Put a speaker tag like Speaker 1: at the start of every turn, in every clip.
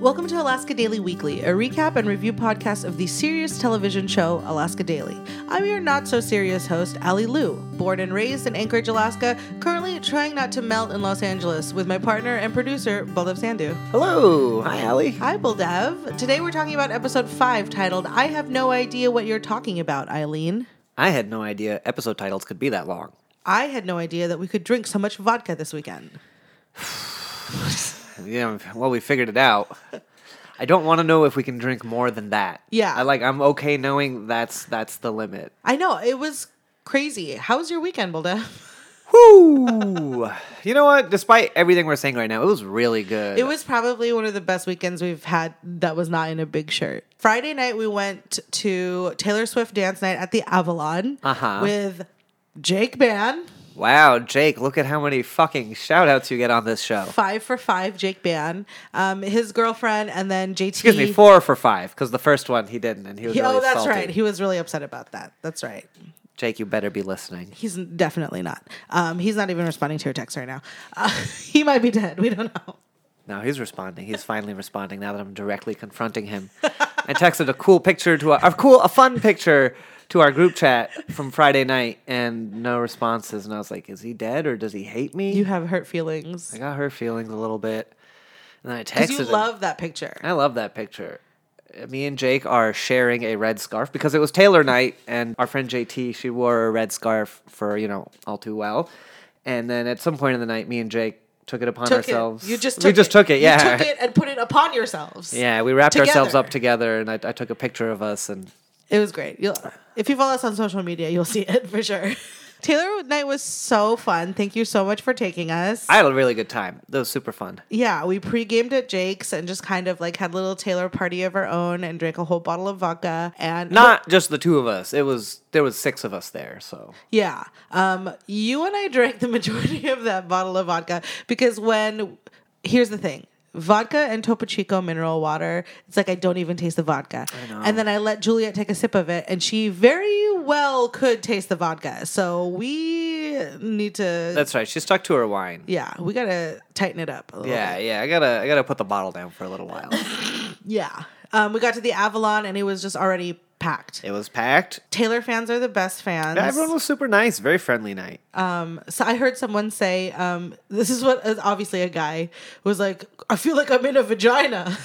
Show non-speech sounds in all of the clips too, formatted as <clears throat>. Speaker 1: Welcome to Alaska Daily Weekly, a recap and review podcast of the serious television show Alaska Daily. I'm your not so serious host, Ali Liu, born and raised in Anchorage, Alaska, currently trying not to melt in Los Angeles with my partner and producer, Baldev Sandhu.
Speaker 2: Hello. Hi, Allie.
Speaker 1: Hi, Baldev. Today we're talking about episode 5 titled I Have No Idea What You're Talking About, Eileen.
Speaker 2: I had no idea episode titles could be that long.
Speaker 1: I had no idea that we could drink so much vodka this weekend.
Speaker 2: Yeah, well, we figured
Speaker 1: <laughs>
Speaker 2: it out. I don't want to know if we can drink more than that.
Speaker 1: Yeah.
Speaker 2: I like I'm okay knowing that's that's the limit.
Speaker 1: I know, it was crazy. How was your weekend, Baldev?
Speaker 2: Whoo! <laughs> you know what? Despite everything we're saying right now, it was really good.
Speaker 1: It was probably one of the best weekends we've had that was not in a big shirt. Friday night, we went to Taylor Swift dance night at the Avalon
Speaker 2: Uh-huh.
Speaker 1: with Jake Ban.
Speaker 2: Wow, Jake, look at how many fucking shout outs you get on this show.
Speaker 1: Five for five, Jake Ban, um, his girlfriend, and then JT.
Speaker 2: Excuse me, four for five, because the first one he didn't, and he was
Speaker 1: He-
Speaker 2: really
Speaker 1: oh, that's
Speaker 2: salty.
Speaker 1: right. He was really upset about that. That's right.
Speaker 2: Jake, you better be listening.
Speaker 1: He's definitely not. Um, he's not even responding to your text right now. Uh, <laughs> he might be dead. We don't know.
Speaker 2: No, he's responding. He's finally responding now that I'm directly confronting him. I texted a cool picture to our, a cool, a fun picture to our group chat from Friday night, and no responses. And I was like, "Is he dead or does he hate me?"
Speaker 1: You have hurt feelings.
Speaker 2: I got her feelings a little bit, and then I
Speaker 1: 'Cause
Speaker 2: texted.
Speaker 1: you
Speaker 2: him.
Speaker 1: love that picture.
Speaker 2: I love that picture. Uh, Me and Jake are sharing a red scarf because it was Taylor night, and our friend JT she wore a red scarf for you know all too well. And then at some point in the night, me and Jake took it upon
Speaker 1: Took it.
Speaker 2: ourselves.
Speaker 1: You just took
Speaker 2: we just took it. Yeah,
Speaker 1: You took it and put it upon yourselves.
Speaker 2: Yeah, we wrapped ourselves
Speaker 1: Together.
Speaker 2: up together, and I, I took a picture of us, and
Speaker 1: It was great. You'll, if you follow us on social media, you'll see it for sure. <laughs> Taylor Night was so fun. Thank you so much for taking us.
Speaker 2: I had a really good time. That was super fun.
Speaker 1: yeah, we pre-gamed at Jake's and just kind of like had a little Taylor party of our own and drank a whole bottle of vodka and
Speaker 2: Not just the two of us. It was there was six of us there, so
Speaker 1: Yeah. Um, you and I drank the majority of that bottle of vodka because when, here's the thing vodka and Topo Chico mineral water, it's like I don't even taste the vodka. And then I let Juliet take a sip of it, and she very well could taste the vodka. So we need to.
Speaker 2: that's right. She stuck to her wine.
Speaker 1: yeah, we gotta tighten it up a little
Speaker 2: Yeah,
Speaker 1: bit.
Speaker 2: yeah. I gotta I gotta put the bottle down for a little
Speaker 1: <laughs>
Speaker 2: while.
Speaker 1: Yeah. Um, we got to the Avalon and it was just already packed.
Speaker 2: it was packed.
Speaker 1: Taylor fans are the best fans.
Speaker 2: Yeah, everyone was super nice. Very friendly night.
Speaker 1: So I heard someone say, um, this is what is obviously a guy was like, I feel like I'm in a
Speaker 2: <laughs>
Speaker 1: vagina.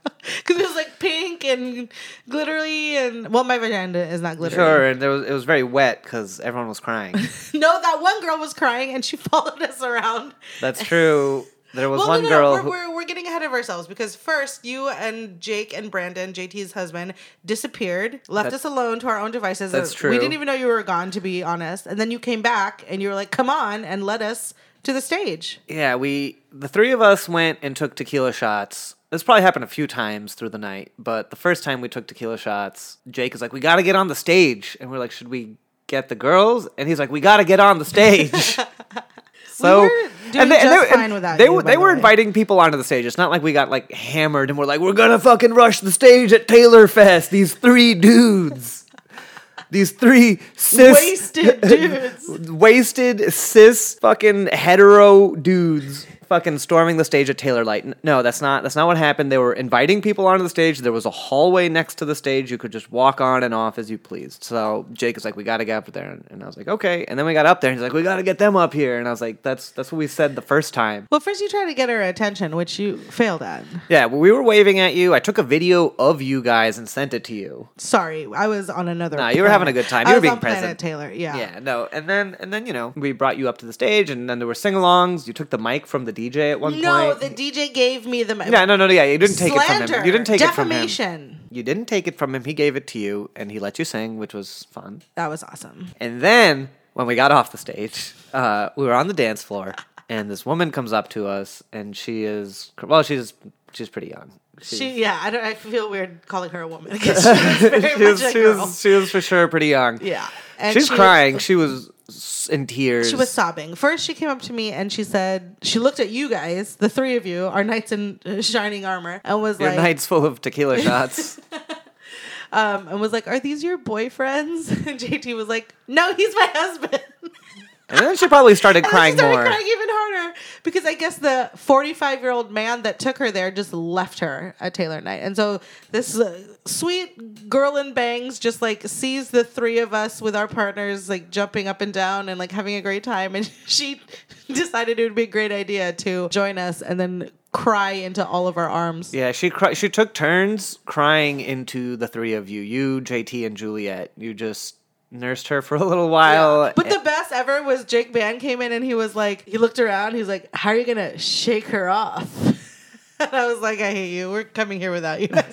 Speaker 1: <laughs> Because it was like pink and glittery and, well, my vagina is not glittery.
Speaker 2: sure, and there was it was very wet because everyone
Speaker 1: <laughs>
Speaker 2: was crying.
Speaker 1: No, that one girl was crying and she <laughs> followed us around.
Speaker 2: that's true. There was
Speaker 1: Well,
Speaker 2: one
Speaker 1: no, no,
Speaker 2: girl.
Speaker 1: no,
Speaker 2: who,
Speaker 1: we're, we're, we're getting ahead of ourselves because first, you and Jake and Brandon, JT's husband, disappeared, left us alone to our own devices.
Speaker 2: that's
Speaker 1: We
Speaker 2: true.
Speaker 1: didn't even know you were gone, to be honest. And then you came back and you were like, come on and led us to the stage.
Speaker 2: Yeah, we the three of us went and took tequila shots. This probably happened a few times through the night, but the first time we took tequila shots, Jake is like, "We got to get on the stage," and we're like, "Should we get the girls?" And he's like, "We got to get on the stage."
Speaker 1: <laughs>
Speaker 2: so
Speaker 1: were doing just
Speaker 2: were-
Speaker 1: fine without
Speaker 2: they
Speaker 1: you,
Speaker 2: were
Speaker 1: by
Speaker 2: they
Speaker 1: the
Speaker 2: were
Speaker 1: way.
Speaker 2: inviting people onto the stage. It's not like we got like hammered and we're like, "We're gonna fucking rush the stage at Taylor Fest." These
Speaker 1: <laughs>
Speaker 2: three dudes. These three cis <laughs>
Speaker 1: Wasted dudes.
Speaker 2: wasted cis fucking hetero dudes fucking storming the stage at Taylor Light. N- No, that's not that's not what happened. They were inviting people onto the stage. There was a hallway next to the stage. You could just walk on and off as you pleased. So Jake is like, "We got to get up there," and, and I was like, "Okay." And then we got up there, and he's like, "We got to get them up here," and I was like, "That's that's what we said the first time."
Speaker 1: Well, first you try to get her attention, which you failed at.
Speaker 2: Yeah, well, we were waving at you. I took a video of you guys and sent it to you.
Speaker 1: Sorry, I was on another.
Speaker 2: Nah, you were having a good time.
Speaker 1: I
Speaker 2: You were
Speaker 1: was
Speaker 2: being
Speaker 1: on Planet
Speaker 2: present.
Speaker 1: Taylor. Yeah.
Speaker 2: Yeah, no, and then and then you know we brought you up to the stage, and then there were sing-alongs. You took the mic from the DJ at one
Speaker 1: No,
Speaker 2: point.
Speaker 1: the DJ gave me the
Speaker 2: yeah, no, no, no, yeah, you didn't take
Speaker 1: slander,
Speaker 2: it from him. You didn't take it from him.
Speaker 1: defamation.
Speaker 2: You didn't take it from him. He gave it to you, and he let you sing, which was fun.
Speaker 1: That was awesome.
Speaker 2: And then when we got off the stage, uh, we were on the dance floor, and this woman comes up to us, and she is well, she's she's pretty young. She's,
Speaker 1: She, yeah, I don't. I feel weird calling her a
Speaker 2: <laughs>
Speaker 1: woman because she was very
Speaker 2: she was,
Speaker 1: much a
Speaker 2: she,
Speaker 1: girl.
Speaker 2: was, she was for sure pretty young.
Speaker 1: Yeah, and
Speaker 2: she's
Speaker 1: she-
Speaker 2: crying. She was s- in tears.
Speaker 1: She was sobbing. First, she came up to me and she said, she looked at you guys, the three of you, our knights in uh, shining armor, and was
Speaker 2: Your
Speaker 1: like,
Speaker 2: night's full
Speaker 1: <laughs>
Speaker 2: of tequila shots.
Speaker 1: <laughs> um, and was like, "Are these your boyfriends?" And JT was like, "No, he's my husband." <laughs>
Speaker 2: And then she probably started crying
Speaker 1: and then she started
Speaker 2: more.
Speaker 1: crying even harder because I guess the 45 year old man that took her there just left her at Taylor Night. And so this uh, sweet girl in bangs just like sees the three of us with our partners like jumping up and down and like having a great time. And <laughs> she decided it would be a great idea to join us and then cry into all of our arms.
Speaker 2: Yeah, she cri- she took turns crying into the three of you, you, JT, and Juliet. You just nursed her for a little while.
Speaker 1: But the best ever was Jake Band came in and he was like, he looked around, he's like, how are you gonna shake her off? <laughs> and I was like, I hate you. We're coming here without you.
Speaker 2: <laughs>
Speaker 1: guys."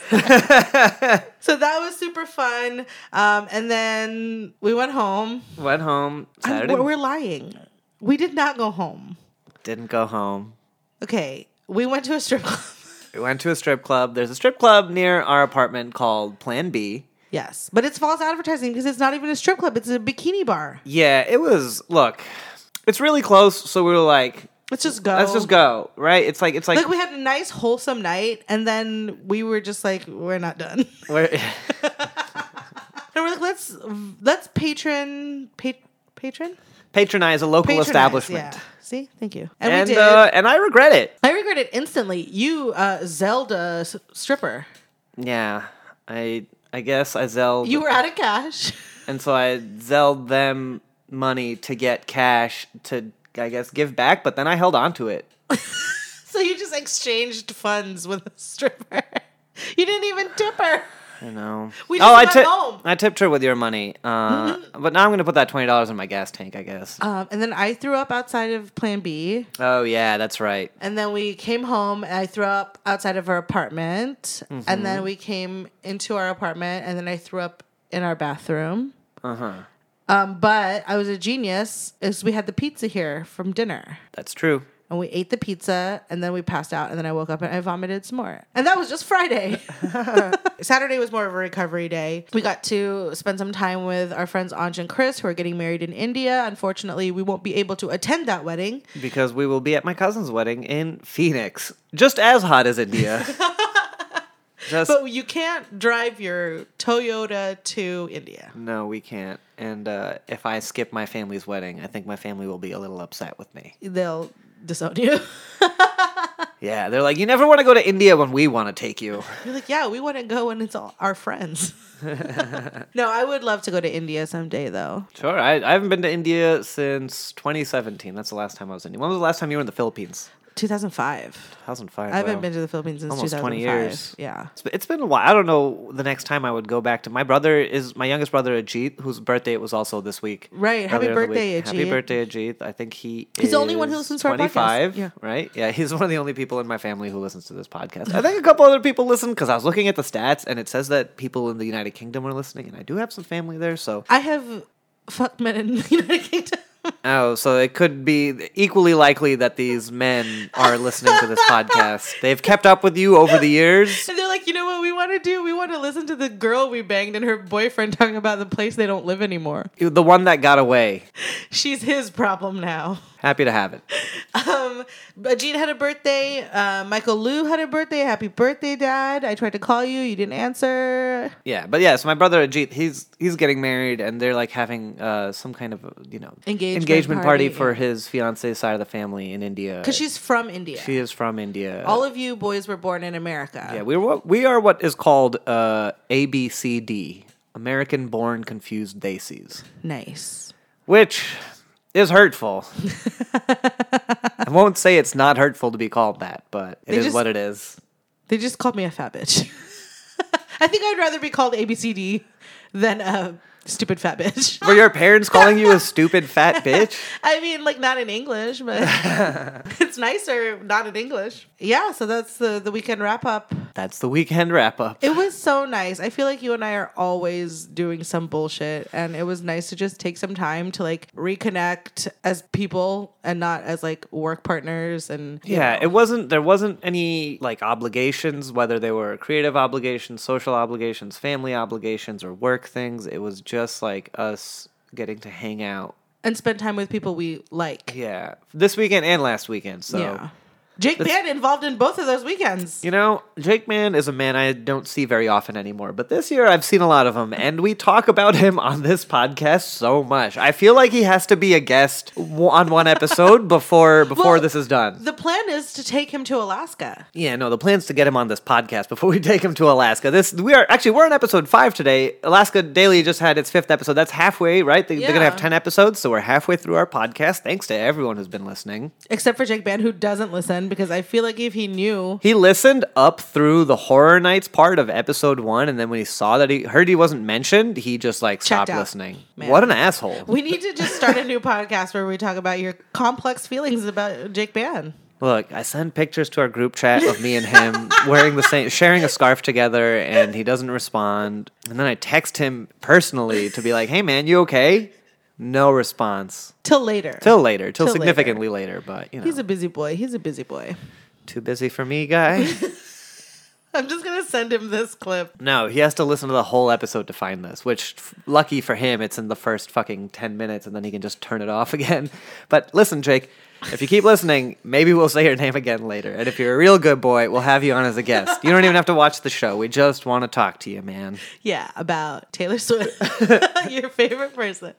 Speaker 1: so that was super fun. Um, and then we went home.
Speaker 2: went home
Speaker 1: I'm-
Speaker 2: Saturday.
Speaker 1: We're, we're lying. We did not go home.
Speaker 2: didn't go home.
Speaker 1: Okay, we went to a strip club. <laughs>
Speaker 2: We went to a strip club. There's a strip club near our apartment called Plan B.
Speaker 1: yes, but it's false advertising because it's not even a strip club. It's a bikini bar.
Speaker 2: Yeah, it was. Look, it's really close, so we were like,
Speaker 1: Let's just go.
Speaker 2: let's just go, right? It's like it's like,
Speaker 1: Like we had a nice wholesome night, and then we were just like, we're not done. <laughs>
Speaker 2: we're, <laughs>
Speaker 1: And we're like, let's let's patron pa- patron
Speaker 2: patronize a local
Speaker 1: Patronize,
Speaker 2: establishment.
Speaker 1: Yeah. See, thank you. And,
Speaker 2: And
Speaker 1: we did.
Speaker 2: uh, and I regret it.
Speaker 1: I regret it instantly. You uh, Zelda s- stripper.
Speaker 2: Yeah, I I guess I zelled.
Speaker 1: You were out of cash. <laughs>
Speaker 2: And so I zelled them money to get cash to, I guess, give back, but then I held on to it.
Speaker 1: So you just exchanged funds with a stripper. <laughs> You didn't even tip her.
Speaker 2: I know. Oh,
Speaker 1: We just
Speaker 2: I,
Speaker 1: got
Speaker 2: tip-
Speaker 1: home. Mm-hmm.
Speaker 2: I tipped her with your money. Uh, But now I'm going to put that $20 in my gas tank, I guess.
Speaker 1: Um, and then I threw up outside of Plan B.
Speaker 2: oh, yeah, that's right.
Speaker 1: And then we came home and I threw up outside of her apartment. And then we came into our apartment and then I threw up in our bathroom.
Speaker 2: Uh huh.
Speaker 1: Um, but I was a genius is we had the pizza here from dinner.
Speaker 2: That's true.
Speaker 1: And we ate the pizza and then we passed out and then I woke up and I vomited some more. And that was just Friday. <laughs> Saturday was more of a recovery day. We got to spend some time with our friends Anj and Chris who are getting married in India. Unfortunately, we won't be able to attend that wedding.
Speaker 2: Because we will be at my cousin's wedding in Phoenix, just as hot
Speaker 1: <laughs>
Speaker 2: as India. just,
Speaker 1: But you can't drive your Toyota to India.
Speaker 2: no, we can't. And uh, if I skip my family's wedding, I think my family will be a little upset with me.
Speaker 1: They'll disown you.
Speaker 2: Yeah, they're like, you never want to go to India when we want to take you.
Speaker 1: <laughs> You're like, yeah, we want to go when it's all our friends. no, I would love to go to India someday though.
Speaker 2: Sure, I, I haven't been to India since 2017. That's the last time I was in India. When was the last time you were in the Philippines?
Speaker 1: 2005.
Speaker 2: 2005.
Speaker 1: I haven't
Speaker 2: wow.
Speaker 1: been to the Philippines since
Speaker 2: Almost
Speaker 1: 2005.
Speaker 2: 20 years.
Speaker 1: Yeah.
Speaker 2: It's been- It's been a while. I don't know the next time I would go back to. My brother is my youngest brother Ajit, whose birthday it was also this week.
Speaker 1: Right. Happy
Speaker 2: earlier in the
Speaker 1: birthday,
Speaker 2: week. Happy
Speaker 1: Ajit.
Speaker 2: birthday, Ajit. I think he
Speaker 1: He's the only one who
Speaker 2: is
Speaker 1: listens to our podcast.
Speaker 2: 25,
Speaker 1: Yeah.
Speaker 2: right? Yeah, he's one of the only people in my family who listens to this podcast. I think a couple other people listen because I was looking at the stats and it says that people in the United Kingdom are listening, and I do have some family there, so
Speaker 1: I have fucked men in <laughs> the United Kingdom.
Speaker 2: Oh, so it could be equally likely that these men are listening
Speaker 1: <laughs>
Speaker 2: to this podcast. They've kept up with you over the years.
Speaker 1: And they're like, you know what we want to do? We want to listen to the girl we banged and her boyfriend talking about the place they don't live anymore.
Speaker 2: The one that got away.
Speaker 1: She's his problem now.
Speaker 2: Happy to have it.
Speaker 1: Um, Ajit had a birthday. Uh, Michael Lou had a birthday. Happy birthday, Dad. I tried to call you. You didn't answer.
Speaker 2: Yeah, but yeah, so my brother Ajit, he's he's getting married, and they're like having uh, some kind of you know
Speaker 1: Engagement
Speaker 2: party,
Speaker 1: party,
Speaker 2: for
Speaker 1: yeah.
Speaker 2: his fiance's side of the family in India.
Speaker 1: Because she's from India.
Speaker 2: she is from India.
Speaker 1: All of you boys were born in America.
Speaker 2: yeah, we are we are what is called uh, ABCD, American Born Confused Daisies.
Speaker 1: Nice.
Speaker 2: which is hurtful. I won't say it's not hurtful to be called that, but it is
Speaker 1: They just-
Speaker 2: what it is.
Speaker 1: They just called me a fat bitch. <laughs> I think I'd rather be called ABCD than a stupid fat bitch. <laughs>
Speaker 2: Were your parents calling you a stupid fat bitch?
Speaker 1: I mean, like not in English,
Speaker 2: <laughs>
Speaker 1: but <laughs> it's nicer not in English. Yeah, so that's the the weekend wrap up.
Speaker 2: That's the weekend wrap up.
Speaker 1: It was so nice. I feel like you and I are always doing some bullshit, and it was nice to just take some time to like reconnect as people and not as like work partners. And
Speaker 2: Yeah, it wasn't there wasn't any like obligations, whether they were creative obligations, social obligations, family obligations, or work things. It was just like us getting to hang out.
Speaker 1: and spend time with people we like.
Speaker 2: Yeah. This weekend and last weekend. So
Speaker 1: Yeah. Jake Mann involved in both of those weekends.
Speaker 2: You know, Jake Mann is a man I don't see very often anymore, but this year I've seen a lot of him, and we talk about him on this podcast so much. I feel like he has to be a guest w- on one episode <laughs> before before
Speaker 1: Well,
Speaker 2: this is done.
Speaker 1: The plan is to take him to Alaska.
Speaker 2: Yeah, no, the plan's to get him on this podcast before we <laughs> take him to Alaska. This we are actually we're on episode five today. Alaska Daily just had its fifth episode. That's halfway, right? They, They're gonna have
Speaker 1: Yeah.
Speaker 2: ten episodes, so we're halfway through our podcast. Thanks to everyone who's been listening.
Speaker 1: Except for Jake Mann, who doesn't listen, because I feel like if he knew,
Speaker 2: He listened up through the horror nights part of episode one, and then when he saw that he heard he wasn't mentioned, he just like stopped
Speaker 1: out.
Speaker 2: listening.
Speaker 1: Man.
Speaker 2: What an asshole!
Speaker 1: we need to just start a
Speaker 2: <laughs>
Speaker 1: new podcast where we talk about your complex feelings about Jake Mann.
Speaker 2: Look, I send pictures to our group chat of me and
Speaker 1: <laughs>
Speaker 2: him wearing the same, sharing a scarf together, and he doesn't respond. And then I text him personally to be like, "Hey, man, you okay?" No response
Speaker 1: Till later.
Speaker 2: till later, till,
Speaker 1: Till later.
Speaker 2: significantly later. But you know,
Speaker 1: He's a busy boy. He's a busy boy.
Speaker 2: too busy for me, guy.
Speaker 1: I'm just gonna send him this clip.
Speaker 2: No, he has to listen to the whole episode to find this, which f- lucky for him, it's in the first fucking 10 minutes and then he can just turn it off <laughs> again. But listen, Jake, if you keep listening, maybe we'll say your name again later. And if you're a real good boy, we'll have you on as a guest. You don't even have to watch the show. We just want to talk to you, man.
Speaker 1: Yeah, about Taylor Swift, <laughs> your favorite person.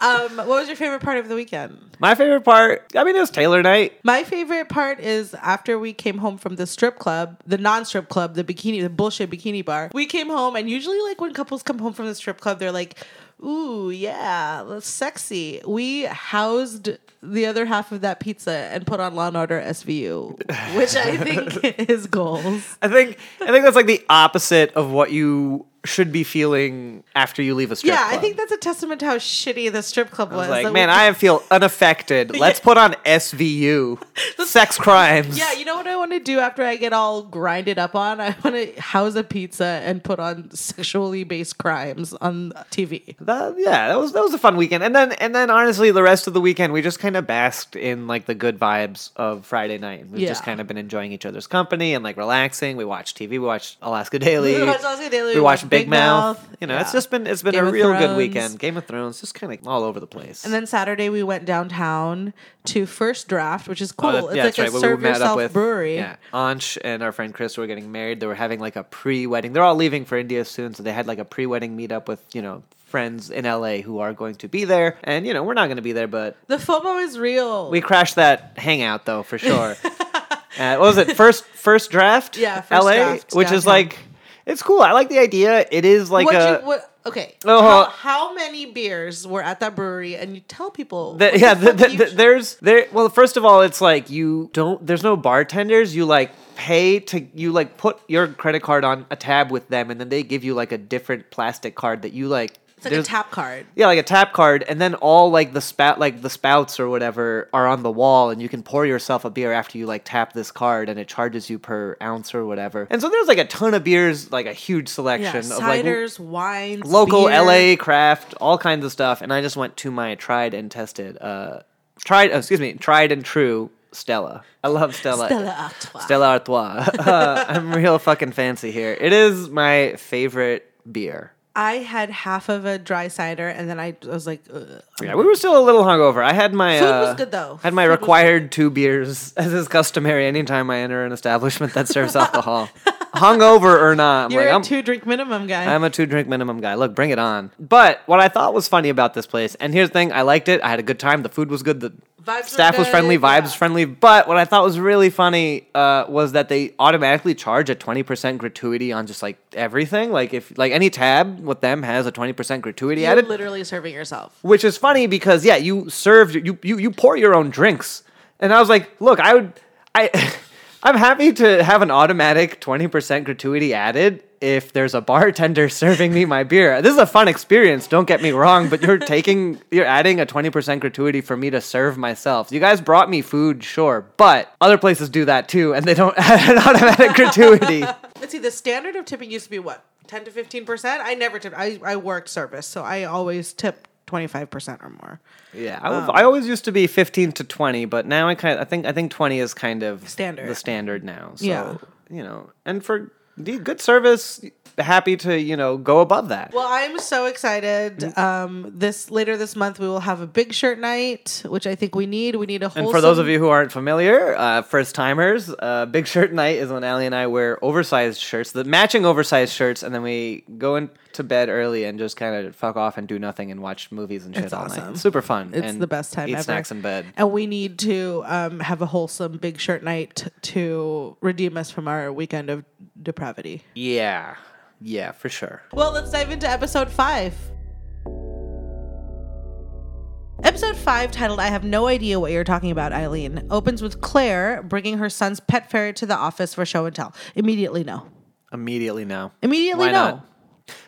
Speaker 1: Um, what was your favorite part of the weekend?
Speaker 2: My favorite part, I mean, it was Taylor night.
Speaker 1: My favorite part is after we came home from the strip club, the non-strip club, the bikini, the bullshit bikini bar. We came home, and usually, like when couples come home from the strip club, they're like, "Ooh, yeah, that's sexy." We housed the other half of that pizza and put on Law and Order SVU, which I think is goals.
Speaker 2: I think I think that's like the opposite of what you should be feeling after you leave a strip
Speaker 1: Yeah,
Speaker 2: club.
Speaker 1: I think that's a testament to how shitty the strip club was.
Speaker 2: It's like,
Speaker 1: that we
Speaker 2: man, I feel
Speaker 1: <laughs>
Speaker 2: unaffected. Let's put on SVU, sex crimes.
Speaker 1: Yeah, you know what I want to do after I get all grinded up on? I want to house a pizza and put on sexually based crimes on TV.
Speaker 2: That, yeah, that was that was a fun weekend, and then and then honestly, the rest of the weekend we just kind of basked in like the good vibes of Friday night. and We've just
Speaker 1: Yeah.
Speaker 2: kind of been enjoying each other's company and like relaxing. We watched TV, we watched Alaska Daily,
Speaker 1: We watched Alaska Daily,
Speaker 2: we,
Speaker 1: we
Speaker 2: watched
Speaker 1: watched
Speaker 2: Big,
Speaker 1: Big
Speaker 2: Mouth.
Speaker 1: Mouth.
Speaker 2: You know, it's
Speaker 1: Yeah.
Speaker 2: just been it's been
Speaker 1: Game
Speaker 2: a
Speaker 1: of
Speaker 2: real good
Speaker 1: Thrones.
Speaker 2: weekend. Game of Thrones, just kind of all over the place.
Speaker 1: And then Saturday we went downtown to First Draft, which is cool.
Speaker 2: Oh, that- yeah,
Speaker 1: it's like a
Speaker 2: what
Speaker 1: serve
Speaker 2: met
Speaker 1: yourself brewery.
Speaker 2: Yeah, Ansh and our friend Chris were getting married. They were having like a pre-wedding. They're all leaving for India soon, so they had like a pre-wedding meetup with you know friends in LA who are going to be there. And you know we're not going to be there, but
Speaker 1: The FOMO is real.
Speaker 2: we crashed that hangout though
Speaker 1: <laughs>
Speaker 2: for sure. uh, what was it? First first draft.
Speaker 1: Yeah, first
Speaker 2: LA,
Speaker 1: draft
Speaker 2: which is
Speaker 1: downtown.
Speaker 2: like it's cool. I like the idea. It is like
Speaker 1: what
Speaker 2: a.
Speaker 1: you, what, okay.
Speaker 2: Oh,
Speaker 1: how,
Speaker 2: huh.
Speaker 1: how many beers were at that brewery? And you tell people.
Speaker 2: The,
Speaker 1: what
Speaker 2: yeah, the,
Speaker 1: fuck
Speaker 2: the,
Speaker 1: you-
Speaker 2: the- there's there. Well, first of all, it's like you don't. There's no bartenders. You like pay to you like put your credit card on a tab with them, and then they give you like a different plastic card that you like.
Speaker 1: it's like a
Speaker 2: there's-
Speaker 1: tap card.
Speaker 2: Yeah, like a tap card, and then all like the spout, like the spouts or whatever, are on the wall, and you can pour yourself a beer after you like tap this card, and it charges you per ounce or whatever. And so there's like a ton of beers, like a huge
Speaker 1: Yeah,
Speaker 2: selection of like
Speaker 1: ciders, wines,
Speaker 2: local
Speaker 1: beer.
Speaker 2: LA craft, all kinds of stuff. And I just went to my tried and tested, uh, tried, oh, excuse me, tried and true Stella. I love Stella.
Speaker 1: Stella Artois.
Speaker 2: Stella Artois. <laughs> Uh, I'm real fucking fancy here. It is my favorite beer.
Speaker 1: I had half of a dry cider, and then I, I was like, Ugh,
Speaker 2: Yeah, we were still a little hungover. I had my
Speaker 1: Food
Speaker 2: uh,
Speaker 1: was good, though.
Speaker 2: Had my
Speaker 1: Food was
Speaker 2: required two beers, <laughs> as is customary anytime I enter an establishment that serves alcohol, hungover or not. I'm
Speaker 1: You're
Speaker 2: like,
Speaker 1: a
Speaker 2: I'm-
Speaker 1: two drink minimum guy.
Speaker 2: I'm a two drink minimum guy. Look, bring it on. But what I thought was funny about this place, and here's the thing, I liked it. I had a good time. The food was good. The
Speaker 1: Vibes were
Speaker 2: staff was
Speaker 1: good,
Speaker 2: friendly. Vibes
Speaker 1: yeah.
Speaker 2: friendly. But what I thought was really funny uh, was that they automatically charge a 20% gratuity on just like everything. Like if like any tab with them has a 20% gratuity
Speaker 1: You're
Speaker 2: added,
Speaker 1: literally serving yourself.
Speaker 2: which is funny because yeah, you served you you you pour your own drinks, and I was like, look, I would I. <laughs> I'm happy to have an automatic 20% gratuity added if there's a bartender <laughs> serving me my beer. This is a fun experience, don't get me wrong, but you're taking you're adding a 20% gratuity for me to serve myself. You guys brought me food, sure, but other places do that too and they don't <laughs> add an automatic gratuity.
Speaker 1: Let's see, the standard of tipping used to be what? 10 to 15%? I never tipped. I, I worked service, so I always tip 25% or more.
Speaker 2: Yeah, I,
Speaker 1: Um,
Speaker 2: was- I always used to be fifteen to twenty, but now I kind of, I think I think twenty is kind of
Speaker 1: Standard.
Speaker 2: The standard now. So,
Speaker 1: Yeah.
Speaker 2: you know, and for the good service. Happy to you know go above that.
Speaker 1: Well, I'm so excited. Um, this later this month we will have a big shirt night, which I think we need. We need a whole.
Speaker 2: And for those of you who aren't familiar, uh, first timers, uh, Big Shirt Night is when Allie and I wear oversized shirts, the matching oversized shirts, and then we go into bed early and just kind of fuck off and do nothing and watch movies and shit
Speaker 1: It's
Speaker 2: all
Speaker 1: awesome.
Speaker 2: night. Super fun.
Speaker 1: It's
Speaker 2: and
Speaker 1: the best time
Speaker 2: eat
Speaker 1: ever.
Speaker 2: snacks in bed.
Speaker 1: and we need to um, have a wholesome big shirt night to redeem us from our weekend of depravity.
Speaker 2: Yeah, yeah, for sure.
Speaker 1: Well, let's dive into episode five. Episode 5, titled I Have No Idea What You're Talking About, Eileen, opens with Claire bringing her son's pet ferret to the office for show and tell. Immediately, no.
Speaker 2: Immediately no.
Speaker 1: Immediately,
Speaker 2: Why
Speaker 1: no.
Speaker 2: not?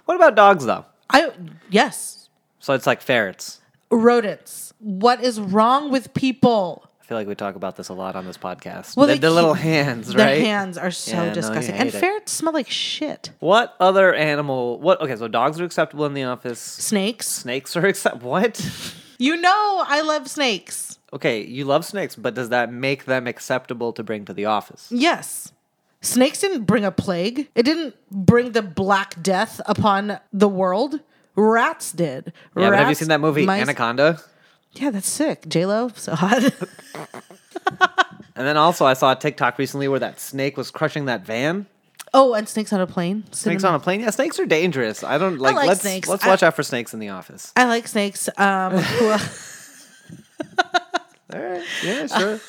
Speaker 2: What about dogs though?
Speaker 1: I, yes.
Speaker 2: So it's like ferrets.
Speaker 1: Rodents. What is wrong with people?
Speaker 2: I feel like we talk about this a lot on this podcast.
Speaker 1: Well,
Speaker 2: the,
Speaker 1: they
Speaker 2: the
Speaker 1: keep-
Speaker 2: little hands,
Speaker 1: Their
Speaker 2: right?
Speaker 1: hands are so
Speaker 2: Yeah, no, you
Speaker 1: disgusting. and
Speaker 2: hate it.
Speaker 1: ferrets smell like shit.
Speaker 2: What other animal? What? Okay, so dogs are acceptable in the office.
Speaker 1: Snakes.
Speaker 2: Snakes are <laughs> accept. What?
Speaker 1: You know I love snakes.
Speaker 2: Okay, you love snakes, but does that make them acceptable to bring to the office?
Speaker 1: Yes. Snakes didn't bring a plague. It didn't bring the Black Death upon the world. Rats did.
Speaker 2: Yeah, but have you
Speaker 1: Rats,
Speaker 2: seen that movie
Speaker 1: mice-
Speaker 2: Anaconda?
Speaker 1: Yeah, that's sick. J Lo, so hot. <laughs>
Speaker 2: And then also, I saw a TikTok recently where that snake was crushing that van.
Speaker 1: oh, and snakes on a plane.
Speaker 2: Snakes
Speaker 1: Cinnamon-
Speaker 2: on a plane? Yeah, snakes are dangerous. I don't like.
Speaker 1: like
Speaker 2: let's
Speaker 1: snakes.
Speaker 2: let's
Speaker 1: I-
Speaker 2: watch out for snakes in the office.
Speaker 1: I like snakes. Um,
Speaker 2: <laughs>
Speaker 1: cool.
Speaker 2: All right. Yeah, sure.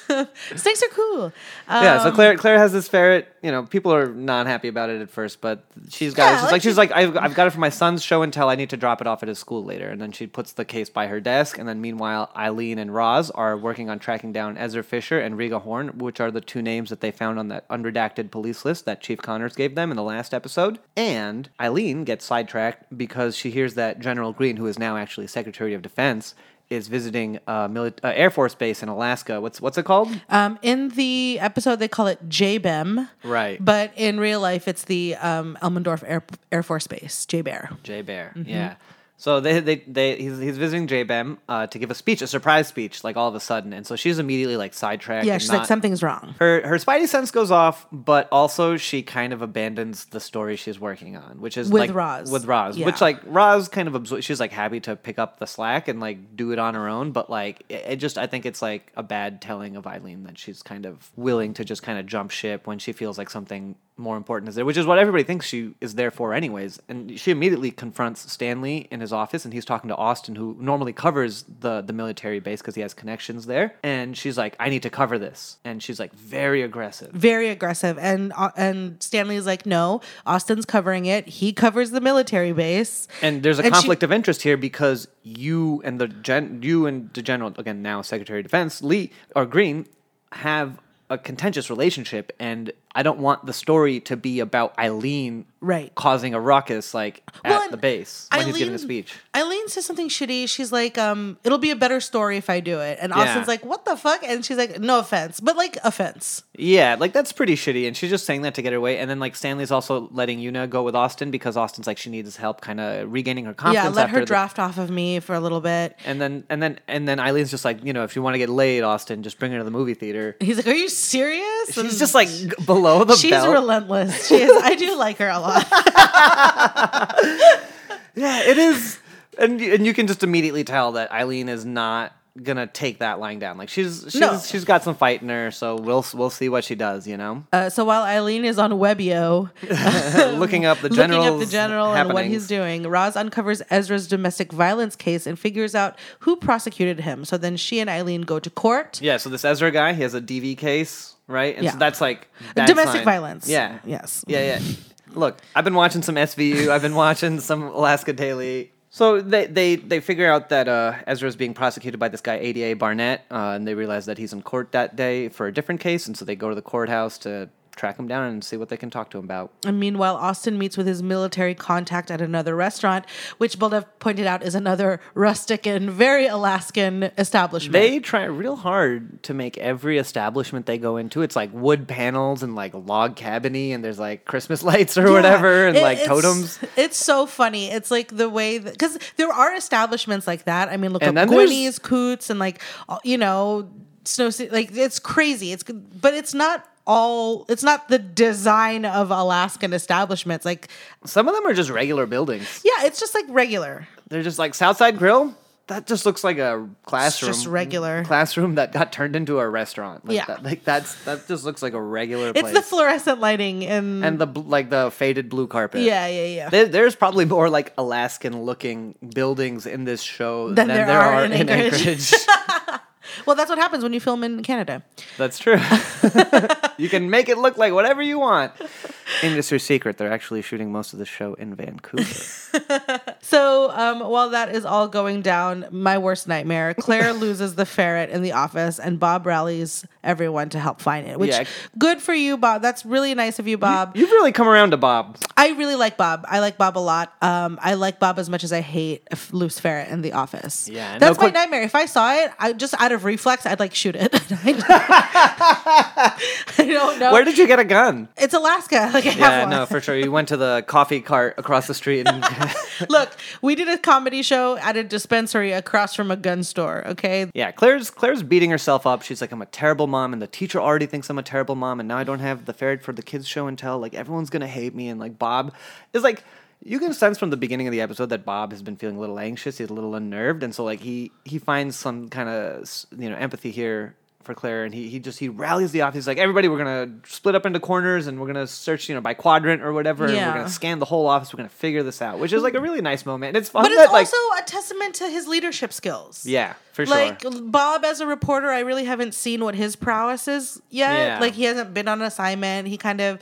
Speaker 1: snakes are cool.
Speaker 2: yeah. So Claire, Claire has this ferret. You know, people are not happy about it at first, but she's got.
Speaker 1: Yeah,
Speaker 2: it. She's
Speaker 1: like
Speaker 2: like,
Speaker 1: she-
Speaker 2: she's like, I've, I've got it for my son's show and tell. I need to drop it off at his school later, and then she puts the case by her desk. And then meanwhile, Eileen and Roz are working on tracking down Ezra Fisher and Riga Horn, which are the two names that they found on that unredacted police list that Chief Connors gave them in the last episode. And Eileen gets sidetracked because she hears that General Green, who is now actually Secretary of Defense. Is visiting uh, mili- uh, Air Force Base in Alaska. What's what's it called?
Speaker 1: Um, in the episode, they call it JBEM.
Speaker 2: Right.
Speaker 1: But in real life, it's the um, Elmendorf Air, Air Force Base, J Bear.
Speaker 2: Jay Bear.
Speaker 1: Mm-hmm.
Speaker 2: Yeah. So they, they, they he's, he's visiting Jay Bem uh, to give a speech, a surprise speech, like all of a sudden, and so she's immediately like sidetracked.
Speaker 1: Yeah,
Speaker 2: and
Speaker 1: she's like,
Speaker 2: not-
Speaker 1: something's wrong.
Speaker 2: Her her spidey sense goes off, but also she kind of abandons the story she's working on, which is
Speaker 1: With
Speaker 2: like,
Speaker 1: Roz.
Speaker 2: With Roz,
Speaker 1: Yeah.
Speaker 2: which like Roz kind of absor- she's like happy to pick up the slack and like do it on her own, but like it, it just I think it's like a bad telling of Eileen that she's kind of willing to just kind of jump ship when she feels like something more important is there, which is what everybody thinks she is there for anyways. And she immediately confronts Stanley in his office and he's talking to Austin who normally covers the the military base cuz he has connections there and she's like I need to cover this and she's like very aggressive.
Speaker 1: Very aggressive. And uh, and Stanley's like, no, Austin's covering it. He covers the military base.
Speaker 2: And there's a
Speaker 1: And she-
Speaker 2: conflict of interest here because you and the gen, you and the general again now Secretary of Defense Lee or Green have a contentious relationship, and I don't want the story to be about Eileen
Speaker 1: Right.
Speaker 2: causing a ruckus like
Speaker 1: Well,
Speaker 2: at
Speaker 1: and
Speaker 2: the base when he's giving a
Speaker 1: Eileen-
Speaker 2: speech.
Speaker 1: Eileen says something shitty. She's like, um, it'll be a better story if I do it. And Austin's like, what the fuck? And she's like, no offense, but like offense.
Speaker 2: Yeah, like that's pretty shitty, and she's just saying that to get her way. And then like Stanley's also letting Yuna go with Austin because Austin's like she needs help, kind of regaining her confidence.
Speaker 1: yeah, let
Speaker 2: after
Speaker 1: her
Speaker 2: the-
Speaker 1: draft off of me for a little bit.
Speaker 2: And then and then and then Eileen's just like you know if you want to get laid, Austin, just bring her to the movie theater.
Speaker 1: He's like, are you serious?
Speaker 2: She's just like g- below the
Speaker 1: She's
Speaker 2: belt.
Speaker 1: relentless. She is. I do like her a
Speaker 2: <laughs>
Speaker 1: lot.
Speaker 2: yeah, it is. And y- and you can just immediately tell that Eileen is not gonna take that lying down. Like she's she's
Speaker 1: No.
Speaker 2: she's got some fight in her. So we'll s- we'll see what she does. You know,
Speaker 1: Uh, so while Eileen is on Webio,
Speaker 2: looking up the general,
Speaker 1: looking up the general and what he's doing, Roz uncovers Ezra's domestic violence case and figures out who prosecuted him. So then she and Eileen go to court.
Speaker 2: Yeah. So this Ezra guy, he has a DV case, right? And
Speaker 1: Yeah.
Speaker 2: so that's like bad
Speaker 1: Domestic
Speaker 2: sign.
Speaker 1: violence.
Speaker 2: Yeah.
Speaker 1: Yes.
Speaker 2: Yeah, yeah. Look, I've been watching some SVU. I've been watching some Alaska Daily. So they they they figure out that uh, Ezra's being prosecuted by this guy ADA Barnett, uh, and they realize that he's in court that day for a different case, and so they go to the courthouse to track him down and see what they can talk to him about.
Speaker 1: And meanwhile, Austin meets with his military contact at another restaurant, which Buldev pointed out is another rustic and very Alaskan establishment.
Speaker 2: They try real hard to make every establishment they go into. It's like wood panels and like log cabiny, and there's like Christmas <laughs> lights or
Speaker 1: Yeah.
Speaker 2: whatever, and
Speaker 1: It-
Speaker 2: like
Speaker 1: it's-
Speaker 2: totems.
Speaker 1: It's so funny. It's like the way that because there are establishments like that. I mean, look
Speaker 2: And
Speaker 1: up
Speaker 2: then there's-
Speaker 1: Gwenny's, Coots, and like all- you know, Snow City. Like it's crazy. It's but it's not all it's not the design of Alaskan establishments. Like
Speaker 2: Some of them are just regular buildings.
Speaker 1: yeah, it's just like regular.
Speaker 2: They're just like Southside Grill. That just looks like a classroom.
Speaker 1: just regular.
Speaker 2: classroom that got turned into a restaurant. Like
Speaker 1: Yeah.
Speaker 2: that, like that's that just looks like a regular
Speaker 1: It's
Speaker 2: place.
Speaker 1: the fluorescent lighting and,
Speaker 2: and the bl- like the faded blue carpet.
Speaker 1: yeah, yeah, yeah.
Speaker 2: There, there's probably more like Alaskan looking buildings in this show than, there, are, in Anchorage.
Speaker 1: <laughs> well, that's what happens when you film in Canada.
Speaker 2: That's true. <laughs> you can make it look like whatever you want. Industry secret, they're actually shooting most of the show in Vancouver.
Speaker 1: <laughs> So um, while that is all going down, my worst nightmare,
Speaker 2: <laughs>
Speaker 1: Claire loses the ferret in the office, and Bob rallies everyone to help find it. Which
Speaker 2: Yeah.
Speaker 1: good for you, Bob. That's really nice of you, Bob.
Speaker 2: You've really come around to Bob.
Speaker 1: I really like Bob. I like Bob a lot. Um, I like Bob as much as I hate a f- loose ferret in the office.
Speaker 2: Yeah, no
Speaker 1: that's my
Speaker 2: quick-
Speaker 1: nightmare. If I saw it, I just out of reflex, I'd like shoot it. <laughs>
Speaker 2: <laughs>
Speaker 1: I don't <laughs> know.
Speaker 2: Where did you get a gun?
Speaker 1: it's Alaska. <laughs> Like I have
Speaker 2: Yeah,
Speaker 1: one.
Speaker 2: no, for sure. You went to the coffee cart across the
Speaker 1: <laughs>
Speaker 2: street and
Speaker 1: Look, we did a comedy show at a dispensary across from a gun store. Okay,
Speaker 2: Yeah, Claire's Claire's beating herself up. She's like, I'm a terrible mom, and the teacher already thinks I'm a terrible mom, and now I don't have the ferret for the kids show and tell. Like everyone's gonna hate me, and like Bob is like, you can sense from the beginning of the episode that Bob has been feeling a little anxious, he's a little unnerved, and so like he he finds some kind of you know empathy here for Claire, and he he just he rallies the office. He's like, everybody, we're gonna split up into corners, and we're gonna search you know by quadrant or whatever, and
Speaker 1: Yeah.
Speaker 2: we're gonna scan the whole office. We're gonna figure this out, which is like a really nice moment, and it's fun
Speaker 1: but it's
Speaker 2: that like
Speaker 1: also a testament to his leadership skills.
Speaker 2: yeah for sure.
Speaker 1: Like Bob as a reporter, I really haven't seen what his prowess is yet.
Speaker 2: Yeah.
Speaker 1: Like he hasn't been on assignment. He kind of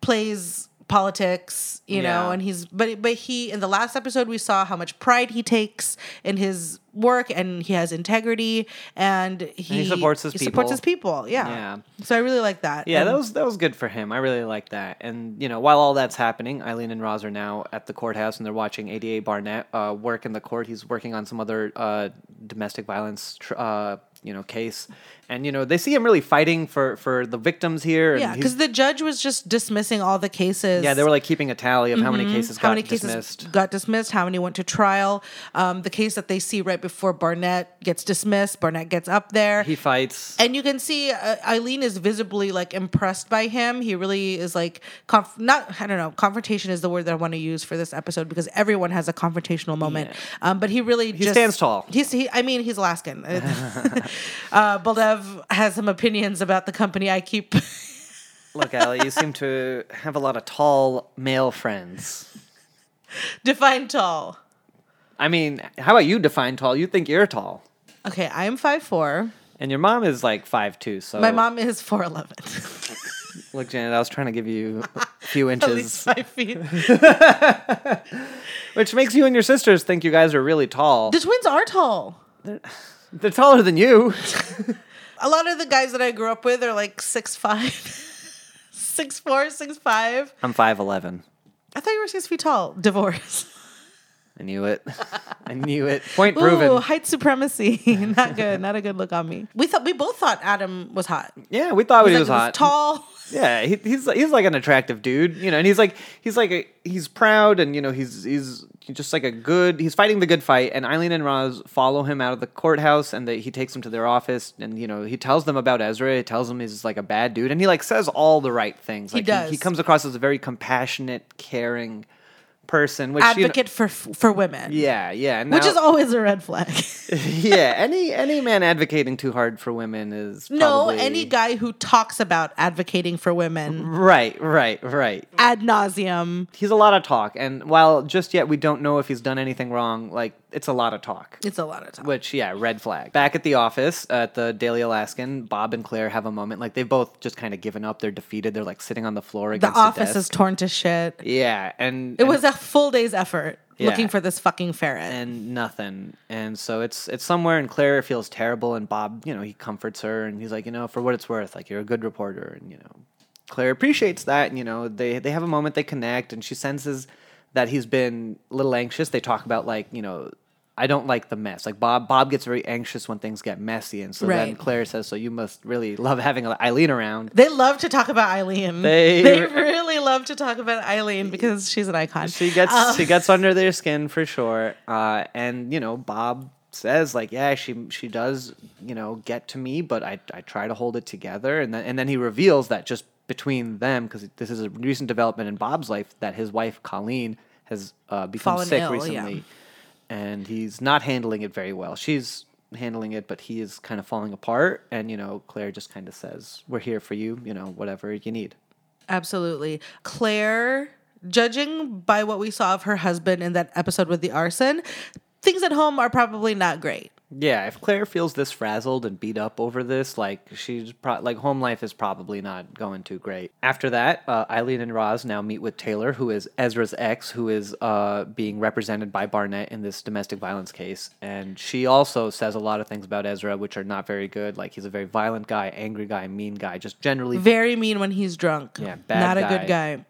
Speaker 1: plays politics, you know,
Speaker 2: Yeah.
Speaker 1: and he's but but he in the last episode we saw how much pride he takes in his work and he has integrity and he,
Speaker 2: supports his
Speaker 1: he supports
Speaker 2: people.
Speaker 1: his people. Yeah.
Speaker 2: Yeah.
Speaker 1: So I really like that.
Speaker 2: Yeah,
Speaker 1: And-
Speaker 2: that was that was good for him. I really like that. And you know, while all that's happening, Eileen and Roz are now at the courthouse and they're watching ADA Barnett uh, work in the court. He's working on some other uh, domestic violence, tr- uh, you know, case. And you know, they see him really fighting for for the victims here. And
Speaker 1: yeah,
Speaker 2: he's-
Speaker 1: because the judge was just dismissing all the cases.
Speaker 2: yeah, they were like keeping a tally of how many cases
Speaker 1: Mm-hmm. how
Speaker 2: got
Speaker 1: many cases
Speaker 2: dismissed.
Speaker 1: got dismissed, how many went to trial. Um, the case that they see right before Barnett gets dismissed, Barnett gets up there.
Speaker 2: He fights.
Speaker 1: and you can see uh, Eileen is visibly like impressed by him. He really is like conf- not I don't know confrontation is the word that I want to use for this episode because everyone has a confrontational moment. Um, but he really he
Speaker 2: stands tall.
Speaker 1: He's he, I mean he's
Speaker 2: <laughs>
Speaker 1: Alaskan. <laughs> uh, Baldev has some opinions about the company I keep. <laughs>
Speaker 2: Look, Allie, you seem to have a lot of tall male friends.
Speaker 1: Define tall.
Speaker 2: I mean, how about you define tall? You think you're tall,
Speaker 1: Okay, I am five four.
Speaker 2: and your mom is like five two. So
Speaker 1: My mom is four eleven.
Speaker 2: Look, Janet, I was trying to give you
Speaker 1: <laughs>
Speaker 2: a few
Speaker 1: At least <laughs>
Speaker 2: inches,
Speaker 1: five feet.
Speaker 2: which makes you and your sisters think you guys are really tall.
Speaker 1: The twins are tall.
Speaker 2: They're taller than you.
Speaker 1: A lot of the guys that I grew up with are like six five, <laughs> six four, six five.
Speaker 2: I'm 5'11.
Speaker 1: I thought you were six feet tall. Divorce.
Speaker 2: I
Speaker 1: <laughs>
Speaker 2: knew it. I knew it. Point
Speaker 1: Ooh,
Speaker 2: <laughs> proven.
Speaker 1: height supremacy. <laughs> not good. Not a good look on me. We thought we both thought Adam was hot.
Speaker 2: Yeah, we thought he
Speaker 1: Like,
Speaker 2: was hot.
Speaker 1: tall.
Speaker 2: Yeah, he, he's he's like an attractive dude, you know, and he's like he's like a, he's proud and you know he's he's just like a good. He's fighting the good fight, and Eileen and Roz follow him out of the courthouse, and they, he takes them to their office, and you know he tells them about Ezra. He tells them he's like a bad dude, and he like says all the right things. Like,
Speaker 1: does.
Speaker 2: He, comes across as a very compassionate, caring person, which you know-
Speaker 1: Advocate for for women.
Speaker 2: yeah, yeah, and
Speaker 1: Which
Speaker 2: now-
Speaker 1: is always a red <laughs> flag.
Speaker 2: <laughs> yeah. Any any man advocating too hard for women is
Speaker 1: no,
Speaker 2: probably-
Speaker 1: any guy who talks about advocating for women
Speaker 2: right, right, right.
Speaker 1: ad nauseum,
Speaker 2: he's a lot of talk and while just yet we don't know if he's done anything wrong like it's a lot of talk
Speaker 1: it's a lot of time.
Speaker 2: which yeah red flag back at the office at the daily alaskan bob and claire have a moment like they've both just kind of given up they're defeated they're like sitting on the floor
Speaker 1: The
Speaker 2: against the,
Speaker 1: office is
Speaker 2: desk.
Speaker 1: torn to shit.
Speaker 2: yeah and
Speaker 1: It was a full day's effort
Speaker 2: Yeah.
Speaker 1: looking for this fucking ferret.
Speaker 2: and nothing and so it's it's somewhere and claire feels terrible and bob you know he comforts her and he's like you know for what it's worth like you're a good reporter and you know claire appreciates that and you know they they have a moment they connect and she senses that he's been a little anxious they talk about like you know i don't like the mess like bob bob gets very anxious when things get messy and so then
Speaker 1: Right.
Speaker 2: claire says so you must really love having eileen around
Speaker 1: they love to talk about Eileen.
Speaker 2: They-
Speaker 1: really love to talk about Eileen because she's an icon. Um,
Speaker 2: She gets she gets under their skin for sure. Uh, and you know, Bob says like, yeah, she she does, you know, get to me, but I I try to hold it together, and then and then he reveals that just between them, because this is a recent development in Bob's life that his wife Colleen has uh, become
Speaker 1: Fallen
Speaker 2: sick
Speaker 1: ill, yeah.
Speaker 2: recently, and he's not handling it very well. She's handling it, but he is kind of falling apart, and you know, Claire just kind of says, "We're here for you, you know, whatever you need."
Speaker 1: Absolutely. Claire, judging by what we saw of her husband in that episode with the arson, things at home are probably not great.
Speaker 2: Yeah, if Claire feels this frazzled and beat up over this, like she's pro- like home life is probably not going too great. After that, uh, Eileen and Roz now meet with Taylor, who is Ezra's ex, who is uh, being represented by Barnett in this domestic violence case, and she also says a lot of things about Ezra which are not very good. Like he's a very violent guy, angry guy, mean guy, just generally
Speaker 1: Very mean when he's drunk.
Speaker 2: Yeah, bad
Speaker 1: Not
Speaker 2: guy.
Speaker 1: a good guy.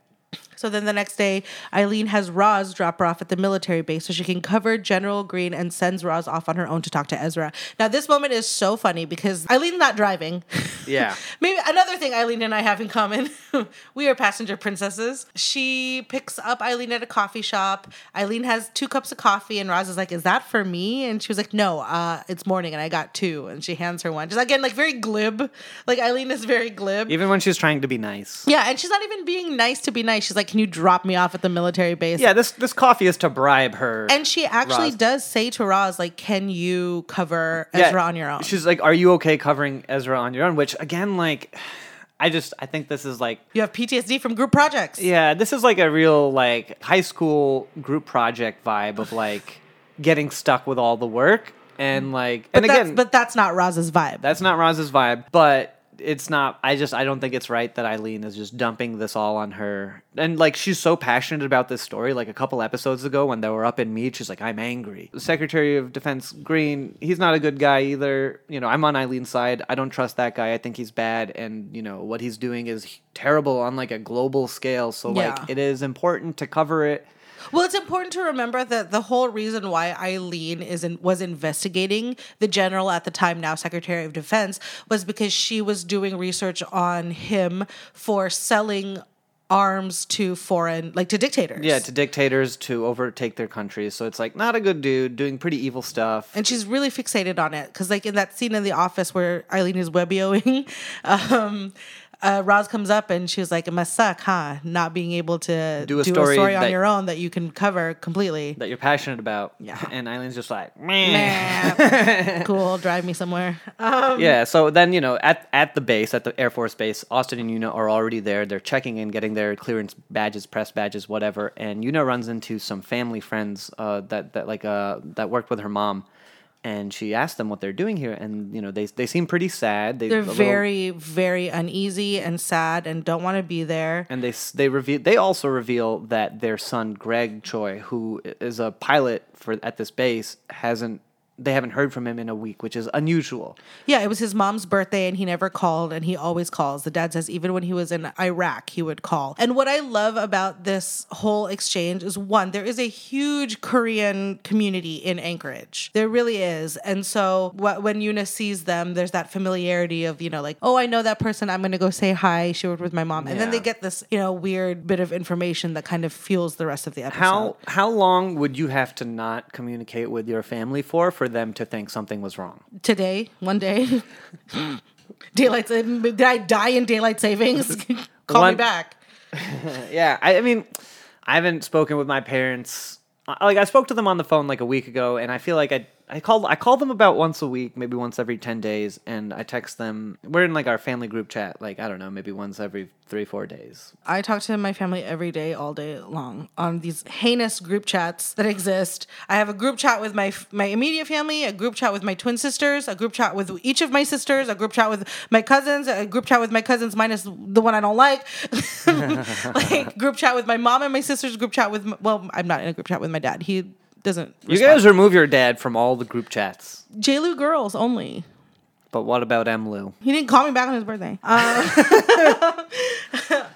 Speaker 1: So then the next day, Eileen has Roz drop her off at the military base so she can cover General Green and sends Roz off on her own to talk to Ezra. Now, this moment is so funny because Eileen's not
Speaker 2: <laughs>
Speaker 1: driving.
Speaker 2: <laughs>
Speaker 1: <laughs>
Speaker 2: yeah.
Speaker 1: Maybe another thing Eileen and I have in common. <laughs> we are passenger princesses. She picks up Eileen at a coffee shop. Eileen has two cups of coffee, and Roz is like, Is that for me? And she was like, No, uh, it's morning, and I got two. And she hands her one. She's again, like, very glib. Like, Eileen is very glib.
Speaker 2: Even when she's trying to be nice.
Speaker 1: Yeah, and she's not even being nice to be nice. She's like, Can you drop me off at the military base?
Speaker 2: Yeah, this this coffee is to bribe her.
Speaker 1: And she actually
Speaker 2: Roz.
Speaker 1: does say to Roz, like, Can you cover
Speaker 2: Yeah,
Speaker 1: Ezra on your own?
Speaker 2: She's like, "Are you okay covering Ezra on your own?" Which again, like, I just I think this is like,
Speaker 1: you have PTSD from group projects.
Speaker 2: yeah, this is like a real like high school group project vibe of like getting stuck with all the work and like, and
Speaker 1: That's-
Speaker 2: again,
Speaker 1: but that's not Roz's vibe.
Speaker 2: that's not Roz's vibe, but it's not I just I don't think it's right that Eileen is just dumping this all on her. And like she's so passionate about this story. Like a couple episodes ago when they were up in Mead, she's like, I'm angry. Secretary of Defense Green, he's not a good guy either. You know, I'm on Eileen's side. I don't trust that guy. I think he's bad and you know, what he's doing is terrible on like a global scale. So
Speaker 1: Yeah.
Speaker 2: like it is important to cover it.
Speaker 1: Well, it's important to remember that the whole reason why Eileen is in, was investigating the general at the time, now Secretary of Defense, was because she was doing research on him for selling arms to foreign, like to dictators.
Speaker 2: Yeah, to dictators to overtake their countries. So it's like not a good dude doing pretty evil stuff.
Speaker 1: and she's really fixated on it because, like in that scene in the office where Eileen is webioing, <laughs> um, uh, Roz comes up and she was like, "It must suck, huh? Not being able to
Speaker 2: Do a story
Speaker 1: on
Speaker 2: that-
Speaker 1: your own that you can cover
Speaker 2: <laughs>
Speaker 1: completely."
Speaker 2: that you're passionate about.
Speaker 1: Yeah.
Speaker 2: <laughs> And Eileen's just like, man.
Speaker 1: Nah. cool, drive me somewhere. Um,
Speaker 2: Yeah. So then, you know, at, at the base, at the Air Force base, Austin and Una are already there. They're checking in, getting their clearance badges, press badges, whatever. And Una runs into some family friends uh, that, that like uh, that worked with her mom. And she asked them what they're doing here. And, you know, they, they seem pretty sad. They,
Speaker 1: They're
Speaker 2: a little-
Speaker 1: very, very uneasy and sad and don't want to be there.
Speaker 2: and they s- they reveal they also reveal that their son Greg Choi, who i- is a pilot for at this base, hasn't they haven't heard from him in a week, which is unusual.
Speaker 1: Yeah, it was his mom's birthday and he never called and he always calls. The dad says even when he was in Iraq, he would call. And what I love about this whole exchange is one, there is a huge Korean community in Anchorage. There really is. And so wh- when Yuna sees them, there's that familiarity of, you know, like, oh, I know that person. I'm going to go say hi. She worked with my mom. And then they
Speaker 2: Yeah.
Speaker 1: get this, you know, weird bit of information that kind of fuels the rest of the episode.
Speaker 2: How how long would you have to not communicate with your family for for them to think something was wrong?
Speaker 1: today, one day. <laughs> daylight, sa- did I die in daylight
Speaker 2: <laughs>
Speaker 1: savings? Call
Speaker 2: One-
Speaker 1: me back.
Speaker 2: Uh, Yeah, I, I mean, I haven't spoken with my parents. I- Like I spoke to them on the phone like a week ago, and I feel like I I called I call them about once a week, maybe once every ten days, and I text them. We're in like our family group chat, like I don't know, maybe once every three four days.
Speaker 1: I talk to my family every day, all day long, on these heinous group chats that exist. I have a group chat with my f- my immediate family, a group chat with my twin sisters, a group chat with each of my sisters, a group chat with my cousins, a group chat with my cousins minus the one I don't like, <laughs> like group chat with my mom and my sisters, group chat with m well, I'm not in a group chat with my dad. He doesn't.
Speaker 2: You guys remove your dad from all the group chats,
Speaker 1: J. Lou girls only.
Speaker 2: but what
Speaker 1: <laughs>
Speaker 2: about Emlu?
Speaker 1: He didn't call me back on his birthday. Uh,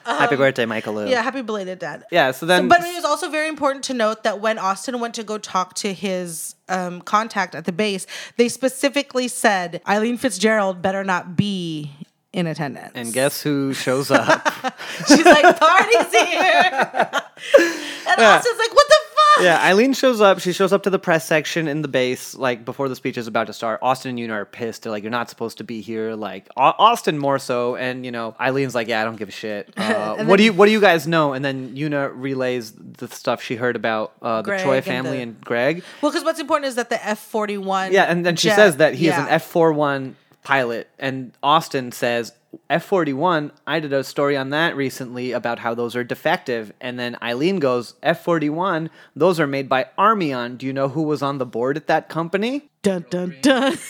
Speaker 2: Happy birthday, Michael Lou.
Speaker 1: yeah, happy belated dad.
Speaker 2: Yeah. So then,
Speaker 1: But it was also very important to note that when Austin went to go talk to his um, contact at the base, they specifically said Eileen Fitzgerald better not be in attendance. <laughs>
Speaker 2: and guess who shows up? <laughs>
Speaker 1: she's like, "Party's here," and Austin's like, "What the
Speaker 2: yeah, Eileen shows up. She shows up to the press section in the base, like before the speech is about to start. Austin and Una are pissed. They're like, "You're not supposed to be here." Like Au- Austin more so, and you know, Eileen's like, "Yeah, I don't give
Speaker 1: <laughs>
Speaker 2: a shit." Uh, what do you What do you guys know? And then Una relays the stuff she heard about uh, the
Speaker 1: Greg
Speaker 2: Troy
Speaker 1: and
Speaker 2: family
Speaker 1: the-
Speaker 2: and, Greg.
Speaker 1: Well, because what's important is that the F forty one.
Speaker 2: Yeah, and then she says that he is an F 41 pilot, and Austin says F 41. I did a story on that recently about how those are defective, and then Eileen goes F 41. Those are made by Armion. Do you know who was on the board at that company?
Speaker 1: Dun dun dun.
Speaker 2: <laughs>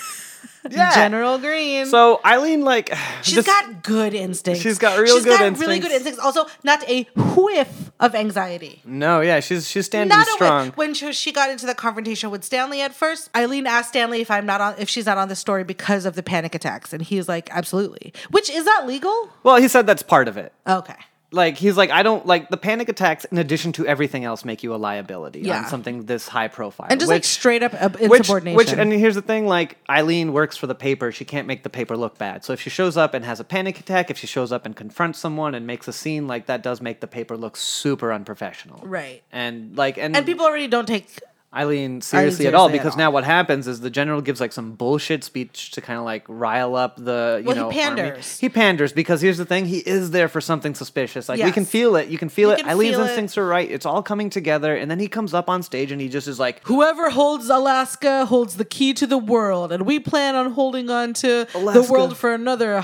Speaker 2: Yeah.
Speaker 1: General Green.
Speaker 2: So Eileen, like, <sighs>
Speaker 1: She's
Speaker 2: this-
Speaker 1: got good instincts.
Speaker 2: She's got real
Speaker 1: She's
Speaker 2: good
Speaker 1: got really good
Speaker 2: instincts.
Speaker 1: instincts. Also, not a whiff of anxiety.
Speaker 2: no, yeah, she's she's standing
Speaker 1: Not a
Speaker 2: strong.
Speaker 1: whiff. When she, she got into the confrontation with Stanley at first, Eileen asked Stanley if I'm not on, if she's not on the story because of the panic attacks, and he's like, absolutely. Which is that legal?
Speaker 2: well, he said that's part of it.
Speaker 1: Okay.
Speaker 2: like he's like I don't like the panic attacks in addition to everything else make you a liability
Speaker 1: Yeah.
Speaker 2: on something this high profile
Speaker 1: And just like straight up uh,
Speaker 2: which,
Speaker 1: insubordination.
Speaker 2: which and here's the thing like Eileen works for the paper she can't make the paper look bad so if she shows up and has a panic attack if she shows up and confronts someone and makes a scene like that does make the paper look super unprofessional
Speaker 1: Right.
Speaker 2: and like and,
Speaker 1: and people already don't take
Speaker 2: Eileen seriously at all
Speaker 1: seriously at
Speaker 2: because
Speaker 1: all.
Speaker 2: now what happens is the general gives like some bullshit speech to kind of like rile up the you
Speaker 1: Well, he
Speaker 2: know army.
Speaker 1: panders.
Speaker 2: He panders because here's the thing: he is there for something suspicious. Like we can
Speaker 1: Yes.
Speaker 2: feel it, you can feel
Speaker 1: You
Speaker 2: it.
Speaker 1: can
Speaker 2: Eileen's
Speaker 1: feel it.
Speaker 2: instincts are right. It's all coming together, and then he comes up on stage and he just is like,
Speaker 1: Whoever holds Alaska holds the key to the world, and we plan on holding on to the
Speaker 2: Alaska.
Speaker 1: world for another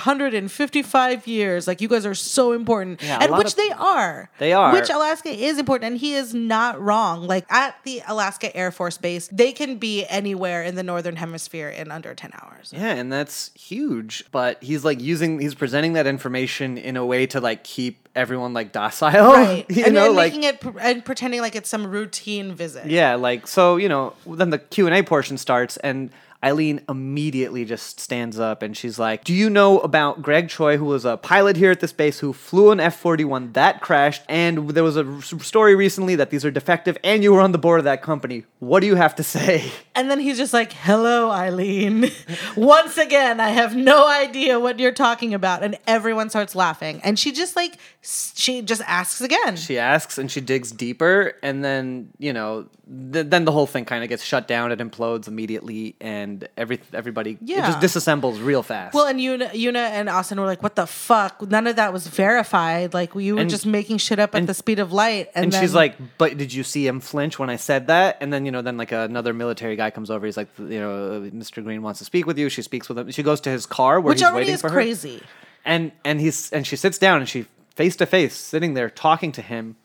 Speaker 1: 155 years. Like you guys are so important,
Speaker 2: Yeah, a
Speaker 1: and
Speaker 2: lot
Speaker 1: which
Speaker 2: of-
Speaker 1: they are.
Speaker 2: They are.
Speaker 1: Which Alaska is important, and he is not wrong. Like at the Alaska Air Force Base, they can be anywhere in the northern hemisphere in under 10
Speaker 2: <laughs>
Speaker 1: hours.
Speaker 2: Yeah, and that's huge. But he's like using, he's presenting that information in a way to like keep everyone like docile. <laughs>
Speaker 1: Right,
Speaker 2: You
Speaker 1: and,
Speaker 2: know,
Speaker 1: and
Speaker 2: like
Speaker 1: making it pr- and pretending like it's some routine visit.
Speaker 2: yeah, like so you know. Then the Q and A portion starts, and Eileen immediately just stands up and she's like, "Do you know about Greg Troy, who was a pilot here at this base, who flew an F forty one that crashed? And there was a r- story recently that these are defective, and you were on the board of that company. What do you have to say?"
Speaker 1: And then he's just like, "Hello, Eileen. <laughs> Once again, I have no idea what you're talking about." And everyone starts laughing. And she just like s- she just asks again.
Speaker 2: she asks and she digs deeper and then you know th- then the whole thing kind of gets shut down it implodes immediately and every everybody
Speaker 1: Yeah.
Speaker 2: it just disassembles real fast
Speaker 1: well, and Yuna, Yuna and Austin were like, "What the fuck? None of that was verified. Like you were
Speaker 2: And-
Speaker 1: just making shit up at the speed of light." And,
Speaker 2: and
Speaker 1: then,
Speaker 2: she's like but did you see him flinch when i said that and then you know then like another military guy comes over he's like you know mr green wants to speak with you she speaks with him she goes to his car where
Speaker 1: "Which
Speaker 2: he's
Speaker 1: already
Speaker 2: waiting
Speaker 1: is
Speaker 2: for her
Speaker 1: crazy."
Speaker 2: and and he's and she sits down and she face to face sitting there talking to him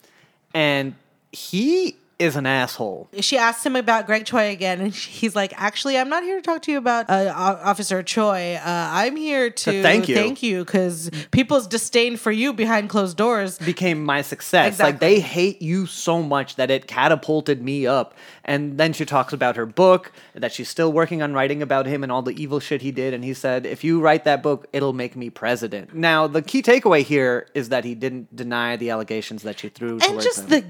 Speaker 2: and he is an asshole
Speaker 1: She asks him about Greg Choi again, and she- he's like, "Actually, I'm not here to talk to you about uh, O- Officer Choi. Uh, I'm here to,
Speaker 2: thank you."
Speaker 1: thank you, because people's disdain for you behind closed doors
Speaker 2: became my success. Like
Speaker 1: Exactly.
Speaker 2: they hate you so much that it catapulted me up. And then she talks about her book that she's still working on writing about him and all the evil shit he did. And he said, if you write that book, it'll make me president. Now the key takeaway here is that he didn't deny the allegations that she threw
Speaker 1: and
Speaker 2: towards
Speaker 1: just
Speaker 2: him.
Speaker 1: the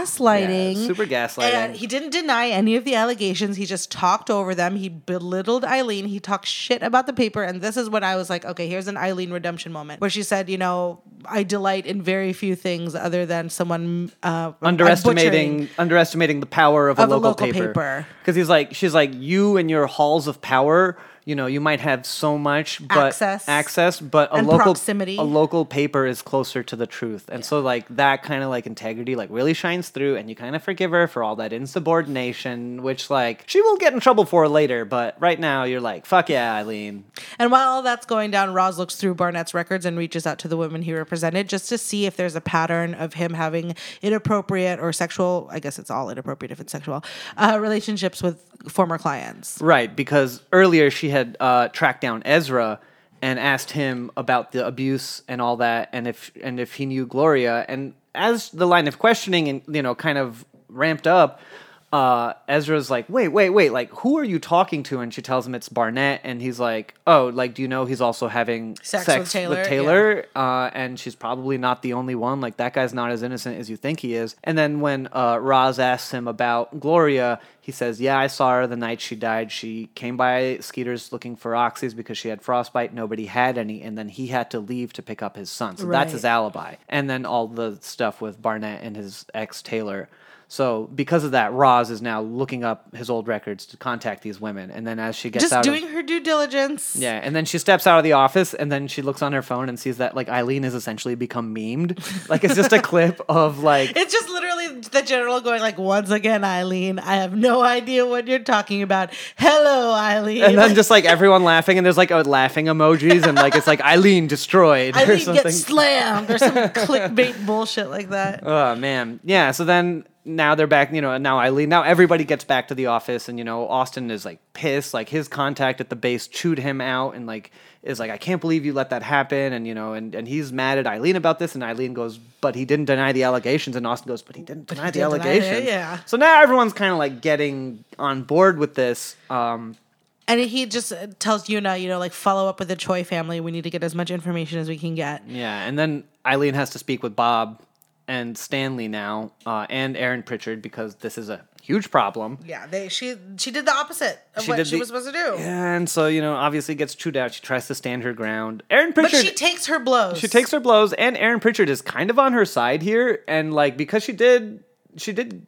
Speaker 1: gaslighting
Speaker 2: Yeah, super gaslighting.
Speaker 1: and he didn't deny any of the allegations he just talked over them he belittled eileen he talked shit about the paper and this is when i was like okay here's an eileen redemption moment where she said you know i delight in very few things other than someone uh, I'm butchering."
Speaker 2: underestimating underestimating the power of,
Speaker 1: Of
Speaker 2: a
Speaker 1: a
Speaker 2: local,
Speaker 1: local paper.
Speaker 2: Because he's like, she's like, you and your halls of power. You know, you might have so much but
Speaker 1: Access.
Speaker 2: access, but a
Speaker 1: And
Speaker 2: local
Speaker 1: proximity.
Speaker 2: a local paper is closer to the truth, and so like that kind of like integrity like really shines through, and you kind of forgive her for all that insubordination, which like she will get in trouble for later, but right now you're like, fuck yeah, Eileen,
Speaker 1: and while all that's going down roz looks through barnett's records and reaches out to the women he represented just to see if there's a pattern of him having inappropriate or sexual i guess it's all inappropriate if it's sexual uh, relationships with former clients
Speaker 2: Right, because earlier she had uh, tracked down Ezra and asked him about the abuse and all that, and if and if he knew Gloria. And as the line of questioning and you know kind of ramped up, uh, Ezra's like, "Wait, wait, wait! Like, who are you talking to?" And she tells him it's Barnett, and he's like, "Oh, like, do you know he's also having
Speaker 1: Sex
Speaker 2: sex,
Speaker 1: with
Speaker 2: with
Speaker 1: Taylor,
Speaker 2: Taylor? Uh, and she's probably not the only one. Like, that guy's not as innocent as you think he is." And then when uh, Roz asks him about Gloria, he says, "Yeah, I saw her the night she died. She came by Skeeter's looking for oxys because she had frostbite. Nobody had any, and then he had to leave to pick up his son. So that's
Speaker 1: Right.
Speaker 2: his alibi. And then all the stuff with Barnett and his ex Taylor." So because of that, Roz is now looking up his old records to contact these women, and then as she gets
Speaker 1: Just
Speaker 2: out,
Speaker 1: doing
Speaker 2: of,
Speaker 1: her due diligence.
Speaker 2: yeah, and then she steps out of the office, and then she looks on her phone and sees that like Eileen has essentially become
Speaker 1: <laughs>
Speaker 2: memed. Like it's just a clip of like
Speaker 1: It's just literally the general going like, once again, Eileen, I have no idea what you're talking about. Hello, Eileen.
Speaker 2: and then just like everyone laughing, and there's like a laughing emojis, and like it's like Eileen destroyed or
Speaker 1: Eileen
Speaker 2: something.
Speaker 1: gets slammed
Speaker 2: <laughs>
Speaker 1: or some clickbait bullshit like that.
Speaker 2: Oh man, yeah. So then now they're back. You know, now Eileen. Now everybody gets back to the office, and you know, Austin is like pissed. Like his contact at the base chewed him out, and like is like, I can't believe you let that happen. And you know, and and he's mad at Eileen about this, and Eileen goes, but he didn't deny the allegations, and Austin goes, but he didn't deny the
Speaker 1: did deny it,
Speaker 2: allegations.
Speaker 1: yeah.
Speaker 2: So now everyone's kind of like getting on board with this. Um,
Speaker 1: And he just uh, tells Yuna, you know, like follow up with the Choi family. We need to get as much information as we can get.
Speaker 2: Yeah, and then Eileen has to speak with Bob and Stanley now, uh, and Aaron Pritchard because this is a huge problem.
Speaker 1: Yeah, they she she did the opposite of
Speaker 2: She
Speaker 1: what
Speaker 2: did
Speaker 1: she
Speaker 2: the-
Speaker 1: was supposed to do.
Speaker 2: And so you know, obviously gets chewed out. She tries to stand her ground. Aaron
Speaker 1: But
Speaker 2: Pritchard.
Speaker 1: she takes her blows.
Speaker 2: she takes her blows, and Aaron Pritchard is kind of on her side here, and like because she did, she did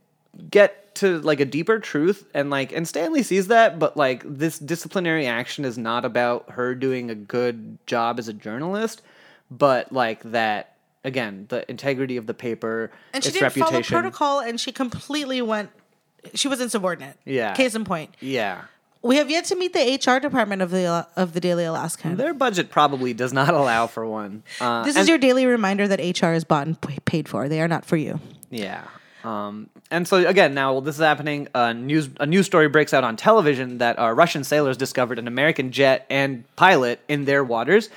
Speaker 2: get to like a deeper truth, and like and Stanley sees that, but like this disciplinary action is not about her doing a good job as a journalist, but like that again, the integrity of the paper,
Speaker 1: and she
Speaker 2: its
Speaker 1: didn't follow
Speaker 2: reputation.
Speaker 1: protocol, and she completely went. She was insubordinate.
Speaker 2: Yeah.
Speaker 1: Case in point,
Speaker 2: Yeah,
Speaker 1: we have yet to meet the HR department of the of the Daily Alaskan.
Speaker 2: their budget probably does not <laughs> allow for one. Uh,
Speaker 1: this is your daily reminder that HR is bought and p- paid for. They are not for you.
Speaker 2: Yeah. Um, and so again, now while this is happening, a news a news story breaks out on television that uh, Russian sailors discovered an American jet and pilot in their waters,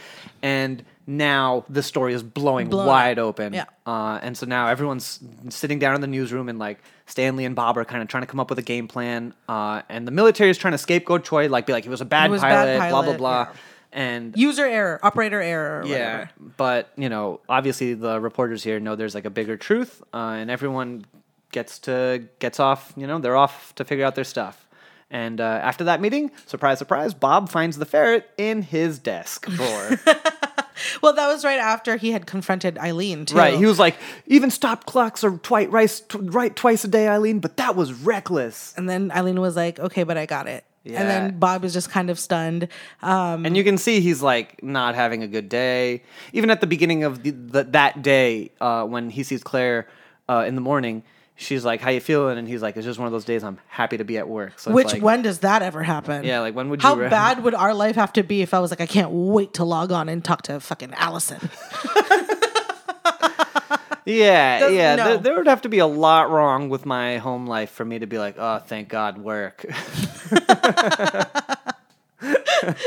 Speaker 2: and now the story is blowing
Speaker 1: Blowing.
Speaker 2: wide open.
Speaker 1: Yeah.
Speaker 2: Uh, and so now everyone's sitting down in the newsroom, and like Stanley and Bob are kind of trying to come up with a game plan, uh, and the military is trying to scapegoat Troy, like be like he was a bad,
Speaker 1: was a
Speaker 2: pilot,
Speaker 1: bad
Speaker 2: blah blah
Speaker 1: pilot,
Speaker 2: blah,
Speaker 1: yeah.
Speaker 2: and
Speaker 1: User error, operator error. Or
Speaker 2: yeah,
Speaker 1: Whatever.
Speaker 2: but you know, obviously the reporters here know there's like a bigger truth, uh, and everyone gets to gets off. You know, they're off to figure out their stuff. And uh, after that meeting, surprise, surprise, Bob finds the ferret in his desk drawer.
Speaker 1: Well, that was right after he had confronted Eileen too.
Speaker 2: right, he was like, even stop clocks are twice rice tw- right twice a day, Eileen. But that was reckless.
Speaker 1: And then Eileen was like, okay, but I got it. And
Speaker 2: Yeah.
Speaker 1: then Bob is just kind of stunned. Um,
Speaker 2: And you can see he's like not having a good day. Even at the beginning of the, the, that day, uh, when he sees Claire uh, in the morning, she's like, "How you feeling?" And he's like, "It's just one of those days. I'm happy to be at work." So it's
Speaker 1: which
Speaker 2: like,
Speaker 1: when does that ever happen?
Speaker 2: Yeah, like, when would
Speaker 1: How
Speaker 2: you re-
Speaker 1: bad would our life have to be if I was like, I can't wait to log on and talk to fucking Allison?
Speaker 2: Yeah,
Speaker 1: Does-
Speaker 2: yeah.
Speaker 1: no.
Speaker 2: There, there would have to be a lot wrong with my home life for me to be like, "Oh, thank God, work." <laughs> so
Speaker 1: but like,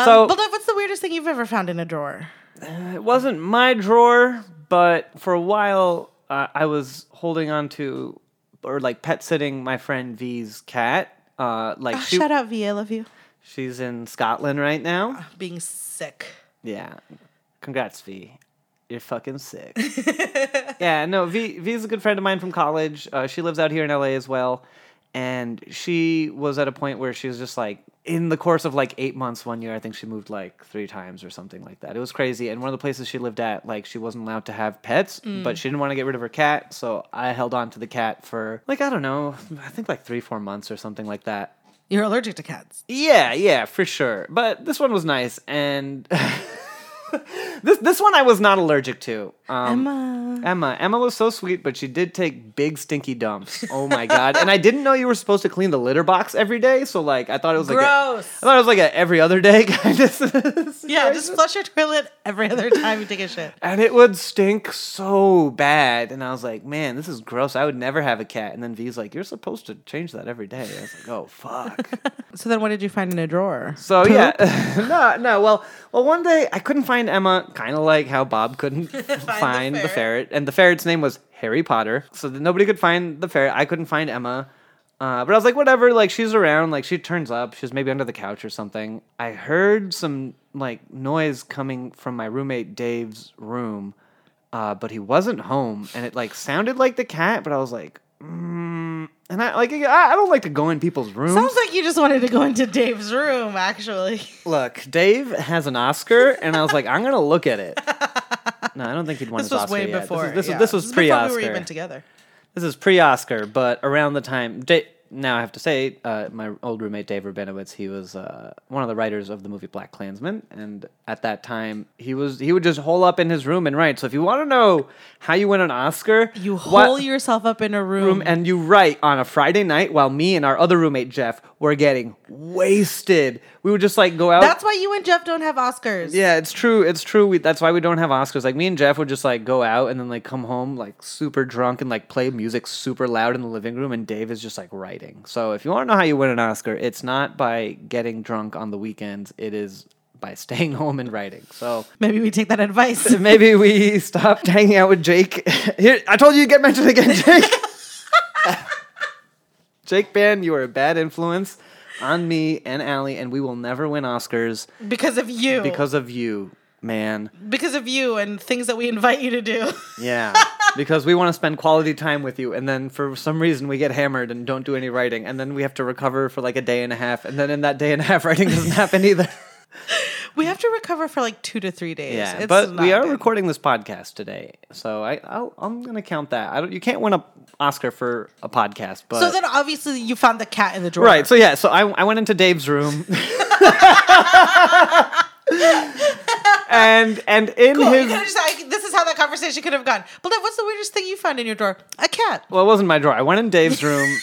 Speaker 1: what's the weirdest thing you've ever found in a drawer?
Speaker 2: It wasn't my drawer, but for a while uh, I was holding on to or like pet sitting my friend V's cat. Uh, like she,
Speaker 1: Shout out V, I love you.
Speaker 2: she's in Scotland right now.
Speaker 1: Being sick.
Speaker 2: Yeah, congrats V. You're fucking sick. yeah, no, V V's a good friend of mine from college. Uh, she lives out here in LA as well, and she was at a point where she was just like in the course of like eight months one year i think she moved like three times or something like that it was crazy and one of the places she lived at like she wasn't allowed to have pets but she didn't want to get rid of her cat so i held on to the cat for like i don't know i think like three four months or something like that
Speaker 1: You're allergic to cats.
Speaker 2: yeah, yeah, for sure. But this one was nice, and <laughs> this this one I was not allergic to. Um,
Speaker 1: Emma.
Speaker 2: Emma, Emma was so sweet, but she did take big stinky dumps. Oh my god! and I didn't know you were supposed to clean the litter box every day, so like I thought it was like a-
Speaker 1: Gross.
Speaker 2: I thought it was like a every other day <laughs> kind of. situation.
Speaker 1: Yeah, just flush your toilet every other time you take a
Speaker 2: <laughs>
Speaker 1: shit.
Speaker 2: And it would stink so bad. And I was like, man, this is gross. I would never have a cat. And then V's like, you're supposed to change that every day. I was like, oh, fuck.
Speaker 1: So then what did you find in a drawer?
Speaker 2: So yeah, <laughs> no, no. Well, well, one day I couldn't find Emma, kind of like how
Speaker 1: <laughs>
Speaker 2: Bob couldn't find, the, ferret.
Speaker 1: ferret.
Speaker 2: and the ferret's name was Harry Potter. So that nobody could find the ferret. I couldn't find Emma, uh, but I was like, whatever. Like she's around. Like she turns up. She's maybe under the couch or something. I heard some like noise coming from my roommate Dave's room, uh, but he wasn't home, and it like sounded like the cat. But I was like. Mm. And I like I I don't like to go in people's rooms.
Speaker 1: Sounds like you just wanted to go into Dave's room, actually.
Speaker 2: Look, Dave has an Oscar, and I was like, I'm
Speaker 1: <laughs>
Speaker 2: gonna look at it. No, I don't think he'd won
Speaker 1: This
Speaker 2: his
Speaker 1: was
Speaker 2: Oscar
Speaker 1: way
Speaker 2: yet.
Speaker 1: before.
Speaker 2: This, is, this,
Speaker 1: yeah.
Speaker 2: was, this was pre
Speaker 1: before we
Speaker 2: Oscar.
Speaker 1: were even together.
Speaker 2: This is pre-Oscar, but around the time. Da- now I have to say, uh, my old roommate Dave Rabinowitz, he was uh, one of the writers of the movie Black Klansman, and at that time he was he would just hole up in his room and write. So if you want to know how you win an Oscar,
Speaker 1: You
Speaker 2: what-
Speaker 1: hole yourself up in a room.
Speaker 2: room and you write on a Friday night while me and our other roommate Jeff were getting wasted. We would just like go out.
Speaker 1: That's why you and Jeff don't have Oscars.
Speaker 2: yeah, it's true. It's true. We, that's why we don't have Oscars. Like me and Jeff would just like go out and then like come home like super drunk and like play music super loud in the living room. And Dave is just like writing. So if you want to know how you win an Oscar, it's not by getting drunk on the weekends. It is by <laughs> staying home and writing. So
Speaker 1: Maybe we take that advice.
Speaker 2: <laughs> maybe we stopped hanging out with Jake. <laughs> Here, I told you you'd get mentioned again, Jake. <laughs> Jake Ban, you are a bad influence on me and Allie, and we will never win Oscars
Speaker 1: because of you.
Speaker 2: because of you, man.
Speaker 1: because of you and things that we invite you to do. <laughs>
Speaker 2: Yeah. because we want to spend quality time with you, and then for some reason we get hammered and don't do any writing, and then we have to recover for like a day and a half, and then in that day and a half, <laughs> writing doesn't
Speaker 1: <laughs>
Speaker 2: happen either.
Speaker 1: we have to recover for like two to three days.
Speaker 2: Yeah,
Speaker 1: It's
Speaker 2: but we
Speaker 1: not
Speaker 2: are
Speaker 1: good.
Speaker 2: recording this podcast today, so I I'll, I'm gonna count that. I don't. You can't win a Oscar for a podcast, but
Speaker 1: So then obviously you found the cat in the drawer.
Speaker 2: right. So yeah, so I I went into Dave's
Speaker 1: <laughs>
Speaker 2: room. <laughs> and and in
Speaker 1: Cool. You
Speaker 2: his
Speaker 1: could've just, like, this is how that conversation could have gone. But then what's the weirdest thing you found in your drawer? A cat.
Speaker 2: well, it wasn't my drawer. I went in
Speaker 1: <laughs>
Speaker 2: Dave's room.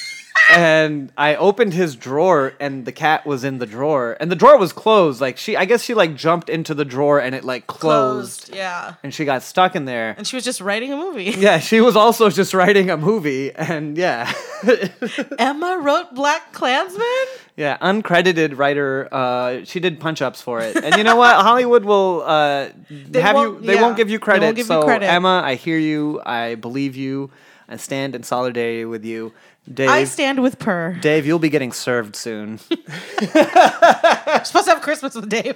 Speaker 2: And I opened his drawer, and the cat was in the drawer, and the drawer was closed. Like she, I guess she like jumped into the drawer, and it like closed,
Speaker 1: Yeah.
Speaker 2: and she got stuck in there.
Speaker 1: And she was just writing a movie.
Speaker 2: Yeah, she was also just writing a movie, and yeah,
Speaker 1: <laughs>
Speaker 2: <laughs>
Speaker 1: Emma wrote Black Klansman?
Speaker 2: yeah, uncredited writer. Uh, she did punch ups for it, and you know
Speaker 1: <laughs>
Speaker 2: what? Hollywood will uh, have you.
Speaker 1: won't-
Speaker 2: They
Speaker 1: yeah,
Speaker 2: won't give you
Speaker 1: they won't
Speaker 2: credit.
Speaker 1: give you
Speaker 2: so
Speaker 1: credit.
Speaker 2: Emma, I hear you. I believe you. I stand in solidarity with you, Dave.
Speaker 1: I stand with Purr.
Speaker 2: Dave, you'll be getting served soon.
Speaker 1: I'm supposed to have Christmas with <laughs> Dave.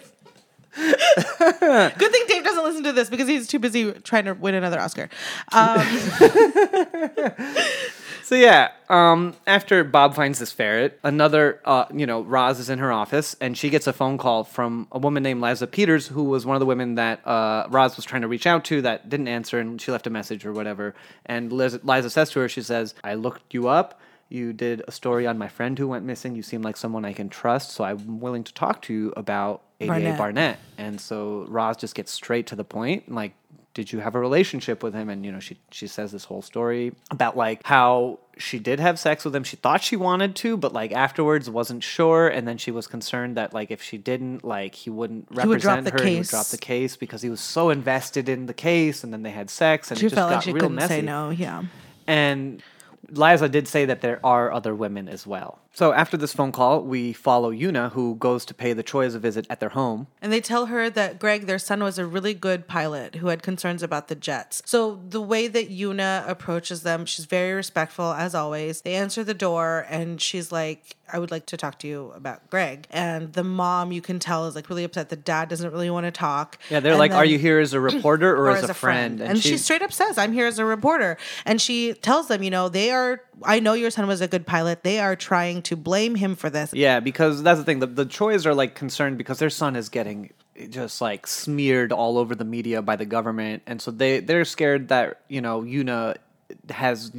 Speaker 1: Good thing Dave doesn't listen to this because he's too busy trying to win another Oscar. Um,
Speaker 2: <laughs> so yeah, um, after Bob finds this ferret, another, uh, you know, Roz is in her office, and she gets a phone call from a woman named Liza Peters, who was one of the women that uh, Roz was trying to reach out to that didn't answer, and she left a message or whatever. And Liz- Liza says to her, she says, "I looked you up." You did a story on my friend who went missing. You seem like someone I can trust, so I'm willing to talk to you about ADA
Speaker 1: Barnett.
Speaker 2: Barnett. And so Roz just gets straight to the point, like, did you have a relationship with him? And you know, she she says this whole story about like how she did have sex with him. She thought she wanted to, but like afterwards wasn't sure. And then she was concerned that like if she didn't, like he wouldn't represent
Speaker 1: would drop the
Speaker 2: her. He would drop
Speaker 1: case.
Speaker 2: the case because he was so invested in the case. And then they had sex, and
Speaker 1: she
Speaker 2: it just
Speaker 1: felt
Speaker 2: got
Speaker 1: like she
Speaker 2: real
Speaker 1: couldn't
Speaker 2: messy.
Speaker 1: say no. Yeah.
Speaker 2: And Liza did say that there are other women as well. So after this phone call, we follow Yuna, who goes to pay the Choyas a visit at their home.
Speaker 1: And they tell her that Greg, their son, was a really good pilot who had concerns about the jets. So the way that Yuna approaches them, she's very respectful as always. They answer the door and she's like, I would like to talk to you about Greg. And the mom, you can tell, is like really upset. The dad doesn't really want to talk.
Speaker 2: Yeah, they're
Speaker 1: And
Speaker 2: like, "Are
Speaker 1: then-
Speaker 2: you here <clears throat> as a reporter or,
Speaker 1: or
Speaker 2: as, a friend?"
Speaker 1: And, she, straight up says, I'm here as a reporter. And she tells them, you know, they are, I know your son was a good pilot. They are trying to blame him for this.
Speaker 2: yeah, because that's the thing. The, the Choys are like concerned because their son is getting just like smeared all over the media by the government, and so they they're scared that you know Yuna has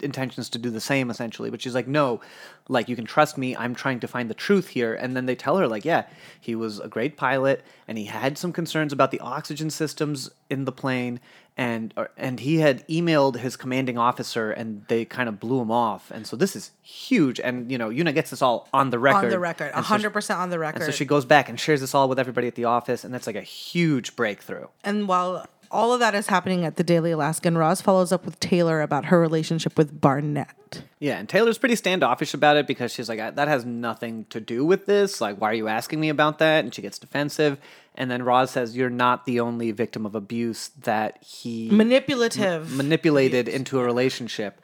Speaker 2: intentions to do the same essentially. But she's like, "No, like you can trust me. I'm trying to find the truth here." And then they tell her like, "Yeah, he was a great pilot, and he had some concerns about the oxygen systems in the plane." And, or, and he had emailed his commanding officer and they kind of blew him off and so this is huge and you know Yuna gets this all on the record
Speaker 1: On the record,
Speaker 2: and so she-
Speaker 1: 100% on the record.
Speaker 2: and so she goes back and shares this all with everybody at the office, and that's like a huge breakthrough.
Speaker 1: And while all of that is happening at the Daily Alaskan, Roz follows up with Taylor about her relationship with Barnett.
Speaker 2: Yeah, and Taylor's pretty standoffish about it because she's like, "I- that has nothing to do with this. Like, why are you asking me about that? And she gets defensive. And then Roz says, You're not the only victim of abuse that he
Speaker 1: Manipulative.
Speaker 2: manipulated into a relationship.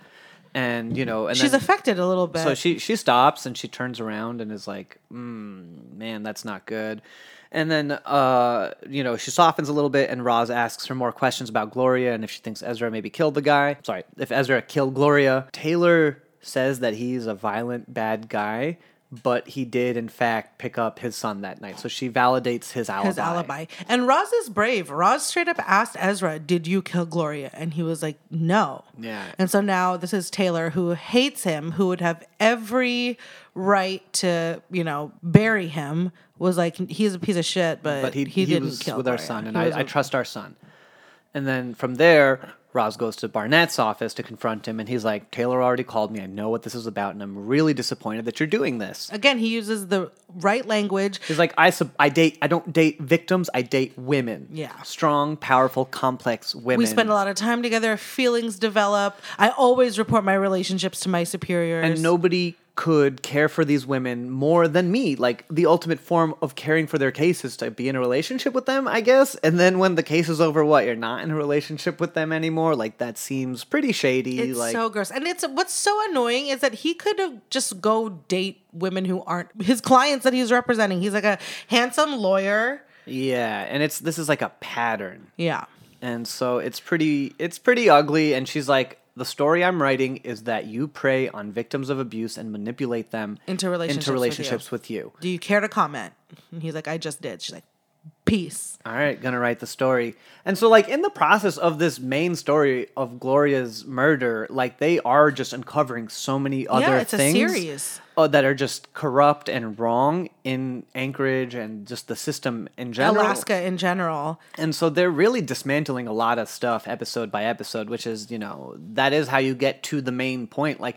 Speaker 2: And, you know, and
Speaker 1: She's
Speaker 2: then,
Speaker 1: affected a little bit.
Speaker 2: So she she stops and she turns around and is like, mm, "Man, that's not good." And then uh, you know she softens a little bit, and Roz asks her more questions about Gloria and if she thinks Ezra maybe killed the guy. Sorry, if Ezra killed Gloria. Taylor says that he's a violent bad guy. but he did in fact pick up his son that night. So she validates his alibi.
Speaker 1: His alibi. And Roz is brave. Roz straight up asked Ezra, Did you kill Gloria? And he was like, No.
Speaker 2: Yeah.
Speaker 1: And so now this is Taylor who hates him, who would have every right to, you know, bury him, was like, He's a piece of shit, but,
Speaker 2: But he, he,
Speaker 1: didn't
Speaker 2: was
Speaker 1: kill
Speaker 2: with our
Speaker 1: Gloria.
Speaker 2: son, and
Speaker 1: He was
Speaker 2: I, I
Speaker 1: with-
Speaker 2: trust our son. And then from there, Roz goes to Barnett's office to confront him, and he's like, Taylor already called me. I know what this is about, and I'm really disappointed that you're doing this.
Speaker 1: Again, he uses the right language.
Speaker 2: He's like, I, sub- I date, I don't date victims, I date women.
Speaker 1: Yeah.
Speaker 2: Strong, powerful, complex women.
Speaker 1: We spend a lot of time together. Feelings develop. I always report my relationships to my superiors.
Speaker 2: and nobody could care for these women more than me. Like the ultimate form of caring for their case is to be in a relationship with them, I guess. And then when the case is over, what you're not in a relationship with them anymore. Like that seems pretty shady.
Speaker 1: It's
Speaker 2: like
Speaker 1: so gross. And it's what's so annoying is that he could have just go date women who aren't his clients that he's representing. He's like a handsome lawyer.
Speaker 2: yeah, and it's this is like a pattern,
Speaker 1: Yeah.
Speaker 2: and so it's pretty it's pretty ugly. And she's like. The story I'm writing is that you prey on victims of abuse and manipulate them
Speaker 1: Into relationships
Speaker 2: into
Speaker 1: with you."
Speaker 2: relationships with you.
Speaker 1: Do you care to comment? And he's like, I just did. She's like, peace.
Speaker 2: all right, gonna write the story. And so, like, in the process of this main story of Gloria's murder, like, they are just uncovering so many other
Speaker 1: it's a
Speaker 2: things
Speaker 1: series.
Speaker 2: uh, that are just corrupt and wrong in Anchorage and just the system in general.
Speaker 1: Alaska in general.
Speaker 2: And so they're really dismantling a lot of stuff episode by episode, which is, you know, that is how you get to the main point. Like,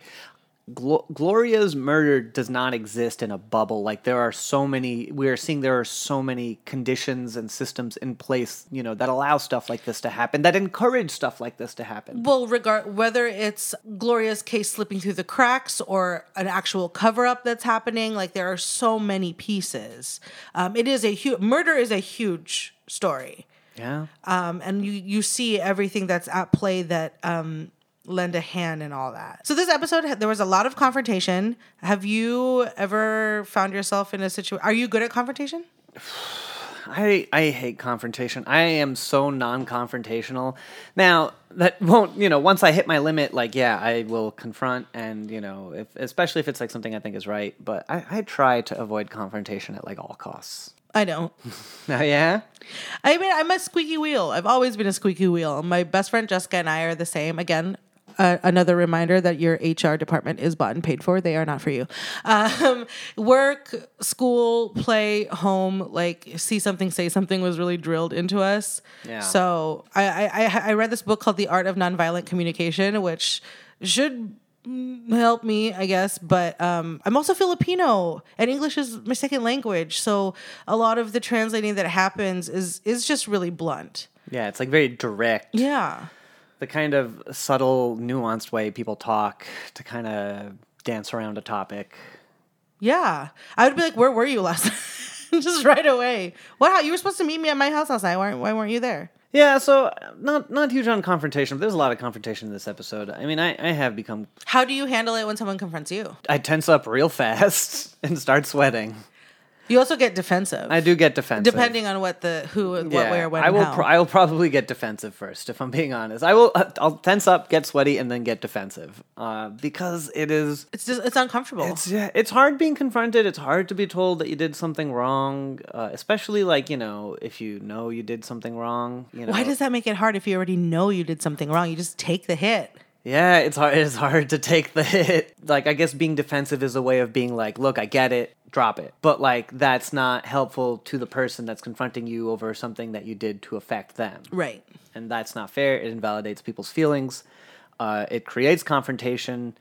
Speaker 2: Glo- Gloria's murder does not exist in a bubble. Like, there are so many, we are seeing there are so many conditions and systems in place, you know, that allow stuff like this to happen, that encourage stuff like this to happen.
Speaker 1: Well, regard whether it's Gloria's case slipping through the cracks or an actual cover up that's happening, like there are so many pieces. Um, it is a huge murder is a huge story.
Speaker 2: Yeah.
Speaker 1: um, and you you see everything that's at play that um, lend a hand and all that. So this episode there was a lot of confrontation. Have you ever found yourself in a situation? Are you good at confrontation?
Speaker 2: I I hate confrontation. I am so non-confrontational. Now that won't you know once I hit my limit, like yeah, I will confront and you know if especially if it's like something I think is right. But I, I try to avoid confrontation at like all costs. <laughs>
Speaker 1: I don't.
Speaker 2: Oh yeah,
Speaker 1: I mean, I'm a squeaky wheel. I've always been a squeaky wheel. My best friend Jessica and I are the same. Again, uh, another reminder that your HR department is bought and paid for. They are not for you. Um, work, school, play, home, like see something, say something was really drilled into us.
Speaker 2: Yeah.
Speaker 1: So I, I, I- I read this book called The Art of Nonviolent Communication, which should mm, help me i guess but um, i'm also filipino and english is my second language so a lot of the translating that happens is is just really blunt
Speaker 2: yeah. It's like very direct.
Speaker 1: yeah
Speaker 2: The kind of subtle, nuanced way people talk to kind of dance around a topic.
Speaker 1: yeah i would be like where were you last <laughs> night?" just right away wow you were supposed to meet me at my house last night why, why weren't you there
Speaker 2: Yeah, so uh, not not huge on confrontation, but there's a lot of confrontation in this episode. I mean, I, I have become
Speaker 1: how do you handle it when someone confronts you
Speaker 2: I tense up real fast <laughs> and start sweating.
Speaker 1: you also get defensive
Speaker 2: I do get defensive.
Speaker 1: depending on what the who and what
Speaker 2: Yeah,
Speaker 1: where when
Speaker 2: I will.
Speaker 1: and how.
Speaker 2: Pro- I will probably get defensive first, if I'm being honest. I will. uh, I'll tense up, get sweaty, and then get defensive uh, because it is.
Speaker 1: it's just it's uncomfortable
Speaker 2: It's yeah, it's hard being confronted. It's hard to be told that you did something wrong, uh, especially like you know if you know you did something wrong. You know,
Speaker 1: why does that make it hard if you already know you did something wrong you just take the hit
Speaker 2: Yeah, it's hard. <laughs> It's hard to take the hit. Like, I guess being defensive is a way of being like, "Look, I get it, drop it." But like, that's not helpful to the person that's confronting you over something that you did to affect them,
Speaker 1: right
Speaker 2: and that's not fair. It invalidates people's feelings. Uh, it creates confrontation,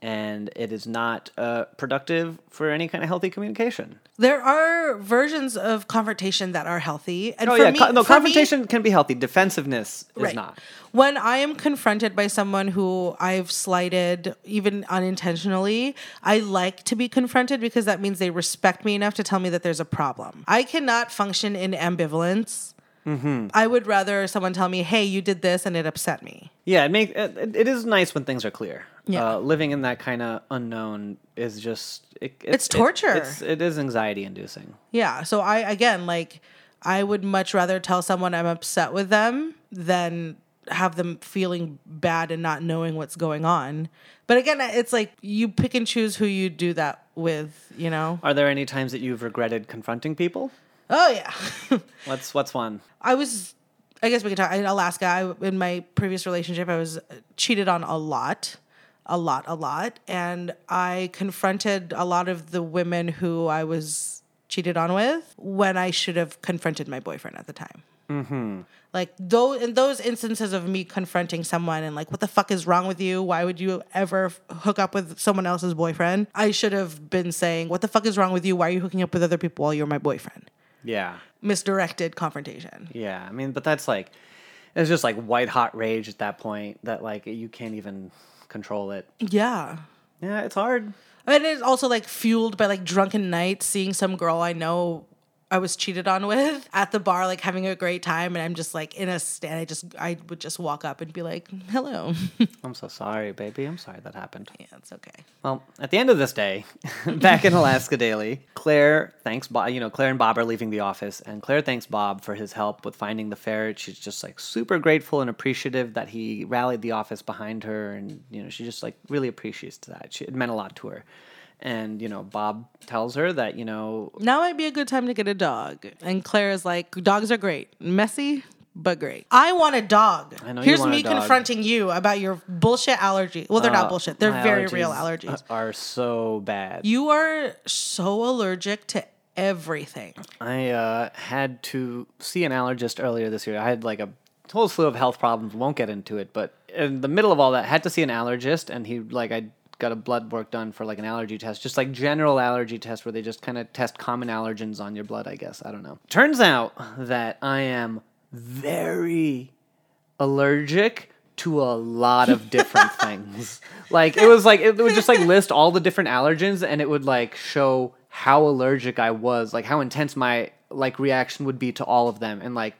Speaker 2: and it is not uh, productive for any kind of healthy communication.
Speaker 1: There are versions of confrontation that are healthy. And
Speaker 2: Oh
Speaker 1: for
Speaker 2: yeah,
Speaker 1: me,
Speaker 2: co- no,
Speaker 1: for me-
Speaker 2: confrontation can be healthy. Defensiveness is
Speaker 1: right.
Speaker 2: not.
Speaker 1: When I am confronted by someone who I've slighted, even unintentionally, I like to be confronted because that means they respect me enough to tell me that there's a problem. I cannot function in ambivalence.
Speaker 2: Mm-hmm.
Speaker 1: I would rather someone tell me, hey, you did this and it upset me.
Speaker 2: Yeah, it make it, it- it is nice when things are clear.
Speaker 1: Yeah.
Speaker 2: Uh, living in that kind of unknown is just it, it-
Speaker 1: It's
Speaker 2: it-
Speaker 1: torture.
Speaker 2: it's, it is anxiety inducing.
Speaker 1: Yeah. So I, again, like, I would much rather tell someone I'm upset with them than have them feeling bad and not knowing what's going on. But again, it's like you pick and choose who you do that with, you know?
Speaker 2: Are there any times that you've regretted confronting people?
Speaker 1: Oh, yeah. <laughs>
Speaker 2: What's what's one?
Speaker 1: I was, I guess we could talk in Alaska. I, in my previous relationship, I was cheated on a lot, a lot, a lot, and I confronted a lot of the women who I was cheated on with when I should have confronted my boyfriend at the time. Like those in those instances of me confronting someone and like, what the fuck is wrong with you? Why would you ever f- hook up with someone else's boyfriend? I should have been saying, what the fuck is wrong with you? Why are you hooking up with other people while you're my boyfriend?
Speaker 2: Yeah.
Speaker 1: misdirected confrontation.
Speaker 2: Yeah. I mean, but that's like it's just like white hot rage at that point that like you can't even control it.
Speaker 1: Yeah.
Speaker 2: Yeah, it's hard.
Speaker 1: And it's also like fueled by like drunken nights, seeing some girl I know I was cheated on <laughs> with at the bar, like having a great time. And I'm just like in a stand. I just, I would just walk up and be like, hello. <laughs> yeah,
Speaker 2: I'm so sorry, baby. I'm sorry that happened.
Speaker 1: it's okay.
Speaker 2: Well, at the end of this day, <laughs> back in Alaska Daily, Claire thanks Bob. You know, Claire and Bob are leaving the office, and Claire thanks Bob for his help with finding the ferret. She's just like super grateful and appreciative that he rallied the office behind her, and you know, she just like really appreciates that. She, it meant a lot to her. And you know, Bob tells her that you know,
Speaker 1: Now might be a good time to get a dog. And Claire is like, dogs are great. Messy, but great. I want a dog.
Speaker 2: I know you
Speaker 1: Here's
Speaker 2: want a
Speaker 1: me
Speaker 2: dog.
Speaker 1: confronting you about your bullshit allergy. Well, they're
Speaker 2: uh,
Speaker 1: not bullshit. They're
Speaker 2: my
Speaker 1: very real
Speaker 2: allergies,
Speaker 1: allergies.
Speaker 2: uh, Are so bad.
Speaker 1: You are so allergic to everything.
Speaker 2: I uh, had to see an allergist earlier this year. I had like a whole slew of health problems. Won't get into it, but in the middle of all that, had to see an allergist, and he like I got a blood work done for like an allergy test, just like general allergy test where they just kind of test common allergens on your blood. I guess I don't know. Turns out that I am very allergic to a lot of
Speaker 1: <laughs>
Speaker 2: different things. Like it was like it would just like list all the different allergens and it would like show how allergic I was, like how intense my like reaction would be to all of them. And like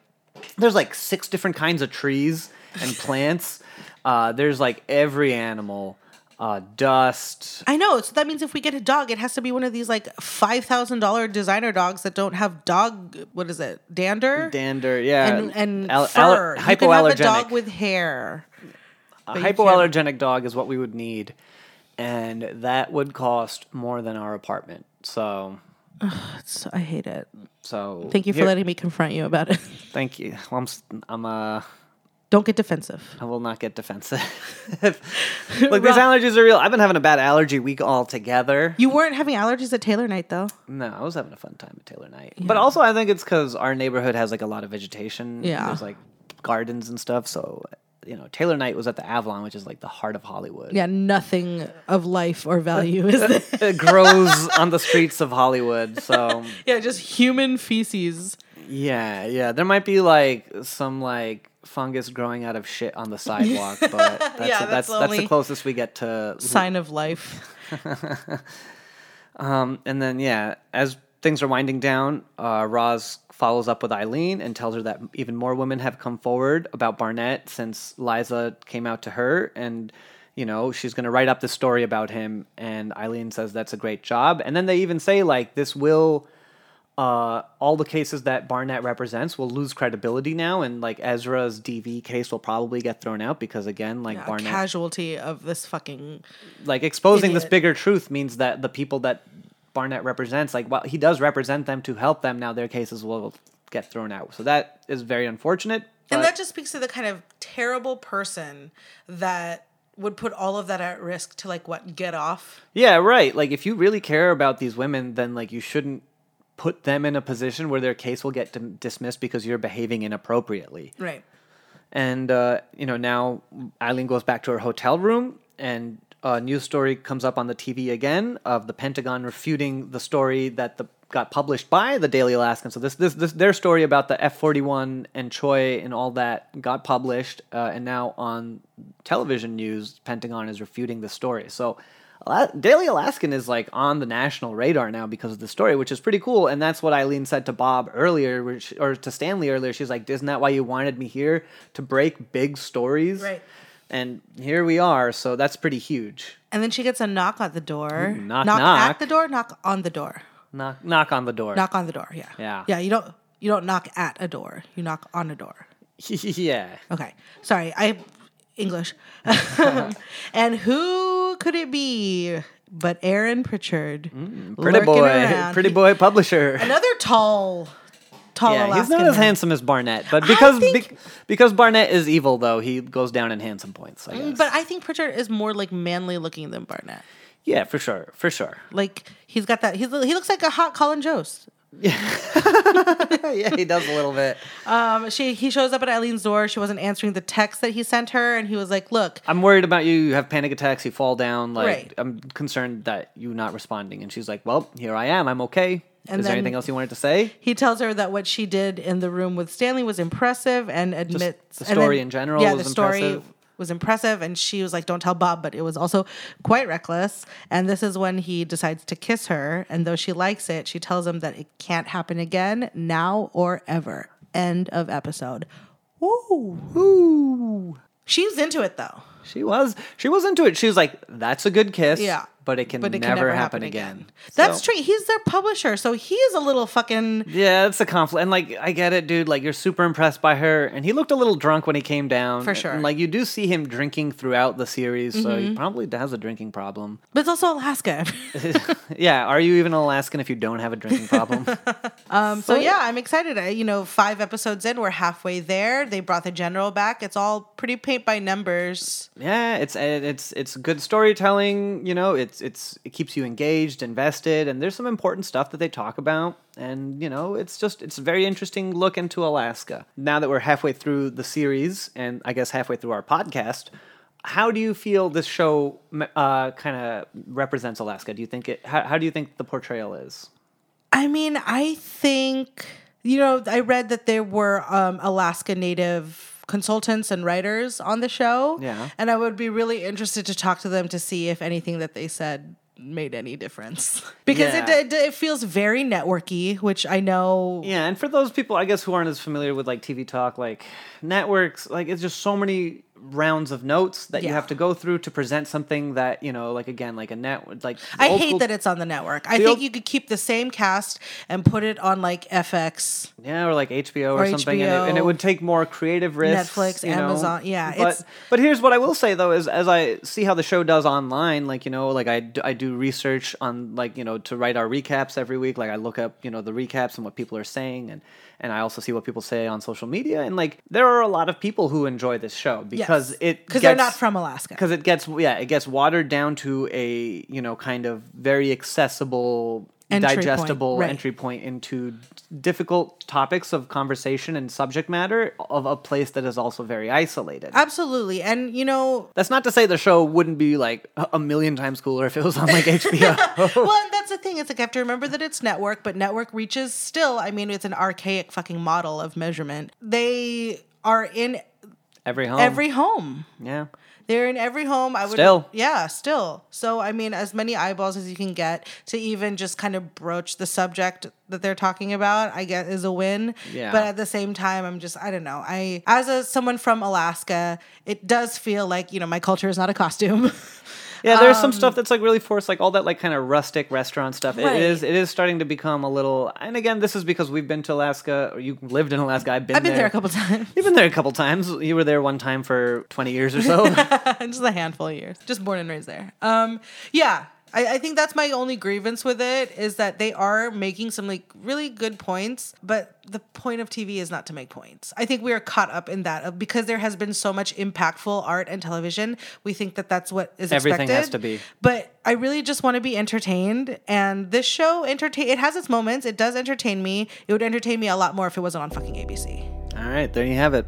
Speaker 2: there's like six different kinds of trees and
Speaker 1: <laughs>
Speaker 2: plants. Uh there's like every animal, uh dust.
Speaker 1: I know. So that means if we get a dog, it has to be one of these like five thousand dollar designer dogs that don't have dog. What is it? Dander.
Speaker 2: Dander, yeah,
Speaker 1: and and
Speaker 2: uh, Al- al-
Speaker 1: fur. you can have a
Speaker 2: hypoallergenic.
Speaker 1: dog with hair.
Speaker 2: A
Speaker 1: you can't-
Speaker 2: hypoallergenic dog is what we would need, and that would cost more than our apartment. So,
Speaker 1: So I hate it.
Speaker 2: so
Speaker 1: Thank you for
Speaker 2: here-
Speaker 1: letting me confront you about it. <laughs>
Speaker 2: Thank you. Well, I'm, s- I'm uh,
Speaker 1: don't get defensive.
Speaker 2: I will not get
Speaker 1: <laughs>
Speaker 2: defensive. Look, these allergies are real. I've been having a bad allergy week altogether.
Speaker 1: You weren't having allergies at Taylor night though.
Speaker 2: No, I was having a fun time at Taylor Night, but also I think it's because our neighborhood has like a lot of vegetation.
Speaker 1: Yeah.
Speaker 2: there's like gardens and stuff. So, you know, Taylor Night was at the Avalon, which is like the heart of Hollywood.
Speaker 1: Yeah, nothing of life or value is there.
Speaker 2: It grows on the streets of Hollywood. So
Speaker 1: <laughs> yeah, just human feces.
Speaker 2: Yeah, yeah. There might be like some like fungus growing out of shit on the sidewalk, but that's
Speaker 1: that's
Speaker 2: that's that's,
Speaker 1: the
Speaker 2: the
Speaker 1: only-
Speaker 2: closest we get to.
Speaker 1: Sign of life.
Speaker 2: Um, and then yeah, as things are winding down, uh, Roz follows up with Eileen and tells her that even more women have come forward about Barnett since Liza came out to her and. You know, she's going to write up the story about him, and Eileen says that's a great job. And then they even say, like, this will uh, all the cases that Barnett represents will lose credibility now, and like Ezra's DV case will probably get thrown out because again, like
Speaker 1: A
Speaker 2: Barnett,
Speaker 1: casualty of this fucking
Speaker 2: like exposing this
Speaker 1: idiot.
Speaker 2: bigger truth means that the people that Barnett represents, like while he does represent them to help them, now their cases will get thrown out. So that is very unfortunate.
Speaker 1: And
Speaker 2: but-
Speaker 1: that just speaks to the kind of terrible person that would put all of that at risk to like what get off.
Speaker 2: Yeah, right. Like if you really care about these women, then like you shouldn't put them in a position where their case will get dim- dismissed because you're behaving inappropriately.
Speaker 1: Right.
Speaker 2: And uh, you know now Eileen goes back to her hotel room, and a news story comes up on the TV again of the Pentagon refuting the story that the got published by the Daily Alaskan. So this this, this their story about the F forty one and Choi and all that got published, uh, and now on television news, Pentagon is refuting the story. So. Ala- Daily Alaskan is like on the national radar now because of the story, which is pretty cool. And that's what Eileen said to Bob earlier, which, or to Stanley earlier. She's like, "Isn't that why you wanted me here to break big stories?"
Speaker 1: Right.
Speaker 2: And here we are. So that's pretty huge.
Speaker 1: And then she gets a knock at the door.
Speaker 2: knock, knock.
Speaker 1: at the door, knock on the door.
Speaker 2: Knock, knock on the door.
Speaker 1: Knock on the door, yeah.
Speaker 2: Yeah.
Speaker 1: Yeah, you don't you don't knock at a door. You knock on a door.
Speaker 2: <laughs> yeah.
Speaker 1: Okay. Sorry, I English. <laughs> and who could it be but Aaron Pritchard?
Speaker 3: Pretty
Speaker 1: lurking
Speaker 3: boy.
Speaker 1: around.
Speaker 2: Mm, Pretty
Speaker 1: He-
Speaker 2: boy <laughs> publisher.
Speaker 1: <laughs> Another tall, tall
Speaker 2: Yeah,
Speaker 1: Alaskan.
Speaker 2: he's not as
Speaker 1: man.
Speaker 2: handsome as Barnett, but because
Speaker 1: think-
Speaker 2: bec- because Barnett is evil, though he goes down in handsome points. I guess.
Speaker 1: Mm, But I think Pritchard is more like manly looking than Barnett.
Speaker 2: yeah, for sure, for sure.
Speaker 1: Like he's got that. He's, he looks like a hot Colin Jost.
Speaker 3: yeah, he does a little bit.
Speaker 1: Um, she he shows up at Eileen's door. She wasn't answering the text that he sent her, and he was like, "Look,
Speaker 2: I'm worried about you. You have panic attacks. You fall down. Like
Speaker 1: Right.
Speaker 2: I'm concerned that you not responding. And she's like, "Well, here I am. I'm okay."
Speaker 1: And then-
Speaker 2: is there anything else you wanted to say?
Speaker 1: he tells her that what she did in the room with Stanley was impressive and admits
Speaker 2: the
Speaker 1: and then-
Speaker 2: story in general
Speaker 1: Yeah,
Speaker 2: was
Speaker 1: the story
Speaker 2: impressive.
Speaker 1: was impressive, and she was like, "Don't tell Bob," but it was also quite reckless. And this is when he decides to kiss her, and though she likes it, she tells him that it can't happen again, now or ever. End of episode. Woo!
Speaker 2: Ooh.
Speaker 1: She's into it though.
Speaker 2: She was she was into it. She was like, "That's a good kiss."
Speaker 1: Yeah.
Speaker 2: but it can,
Speaker 1: But it
Speaker 2: never, happen, again.
Speaker 1: That's
Speaker 2: So-
Speaker 1: true. He's their publisher, so he is a little fucking.
Speaker 2: Yeah, it's a conflict. And like, I get it, dude. Like, you're super impressed by her, and he looked a little drunk when he came down.
Speaker 1: For sure. Mm-hmm.
Speaker 2: And, like, you do see him drinking throughout the series, so he probably has a drinking problem. <laughs>
Speaker 1: But it's also Alaska. <laughs>
Speaker 2: yeah, are you even an Alaskan if you don't have a
Speaker 1: <laughs>
Speaker 2: drinking problem?
Speaker 1: Um, so yeah, I'm excited. I, you know, five episodes in, we're halfway there. They brought the general back. It's all pretty paint by numbers.
Speaker 2: yeah, it's eh, it's it's good storytelling. You know, it's it's it keeps you engaged, invested, and there's some important stuff that they talk about. And you know, it's just it's a very interesting look into Alaska. Now that we're halfway through the series, and I guess halfway through our podcast. How do you feel this show uh, kind of represents Alaska? Do you think it? How, how do you think the portrayal is?
Speaker 1: I mean, I think you know, I read that there were um, Alaska Native consultants and writers on the show.
Speaker 2: Yeah.
Speaker 1: and I would be really interested to talk to them to see if anything that they said made any difference <laughs> because
Speaker 2: Yeah.
Speaker 1: it, it it feels very networky, which I know.
Speaker 2: Yeah, and for those people, I guess, who aren't as familiar with like TV talk, like networks, like it's just so many rounds of notes that you
Speaker 1: Yeah.
Speaker 2: have to go through to present something that you know, like again, like a net, like
Speaker 1: I
Speaker 2: old
Speaker 1: hate
Speaker 2: school-
Speaker 1: that it's on the network. I
Speaker 2: The
Speaker 1: think
Speaker 2: old-
Speaker 1: you could keep the same cast and put it on like FX.
Speaker 2: yeah, or like HBO or,
Speaker 1: Or
Speaker 2: something, and, it, and it
Speaker 1: HBO,
Speaker 2: would take more creative risks.
Speaker 1: Netflix,
Speaker 2: you know?
Speaker 1: Amazon, yeah,
Speaker 2: but
Speaker 1: it's-
Speaker 2: but here's what I will say though is as I see how the show does online, like you know, like I d- I do research on like you know to write our recaps every week. Like I look up you know the recaps and what people are saying, and and I also see what people say on social media, and like there are a lot of people who enjoy this show because it
Speaker 1: because they're
Speaker 2: gets-
Speaker 1: not from Alaska.
Speaker 2: because it gets yeah it gets watered down to a you know kind of very accessible
Speaker 1: Entry point,
Speaker 2: digestible
Speaker 1: right.
Speaker 2: entry point into difficult topics of conversation and subject matter of a place that is also very isolated
Speaker 1: Absolutely. And you know,
Speaker 2: that's not to say the show wouldn't be like a a million times cooler if it was on
Speaker 1: <laughs>
Speaker 2: like <laughs> hbo
Speaker 1: well, and that's the thing. It's like I have to remember that it's network, but network reaches still, I mean, it's an archaic fucking model of measurement. They are in
Speaker 2: every home
Speaker 1: every home.
Speaker 2: yeah
Speaker 1: They're in every home. I would
Speaker 2: Still.
Speaker 1: yeah, still. So I mean, as many eyeballs as you can get to even just kind of broach the subject that they're talking about, I guess, is a win.
Speaker 2: Yeah.
Speaker 1: But at the same time, I'm just I don't know. I as a someone from Alaska, it does feel like you know my culture is not a costume. <laughs>
Speaker 2: yeah there's some stuff that's like really forced like all that like kind of rustic restaurant stuff It-
Speaker 1: Right.
Speaker 2: it is it is starting to become a little and again this is because we've been to alaska or you lived in alaska i've been,
Speaker 1: I've been there a couple times.
Speaker 2: You've been there a couple times. You were there one time for 20 years or so.
Speaker 1: <laughs> just a handful of years. Just born and raised there. Um, yeah. I, I think that's my only grievance with it is that they are making some like really good points, but the point of TV is not to make points. I think we are caught up in that uh, because there has been so much impactful art and television. We think that that's what is
Speaker 2: Everything
Speaker 1: expected.
Speaker 2: has to be.
Speaker 1: But I really just want to be entertained, and this show entertain. It has its moments. It does entertain me. It would entertain me a lot more if it wasn't on fucking ABC.
Speaker 2: All right, there you have it.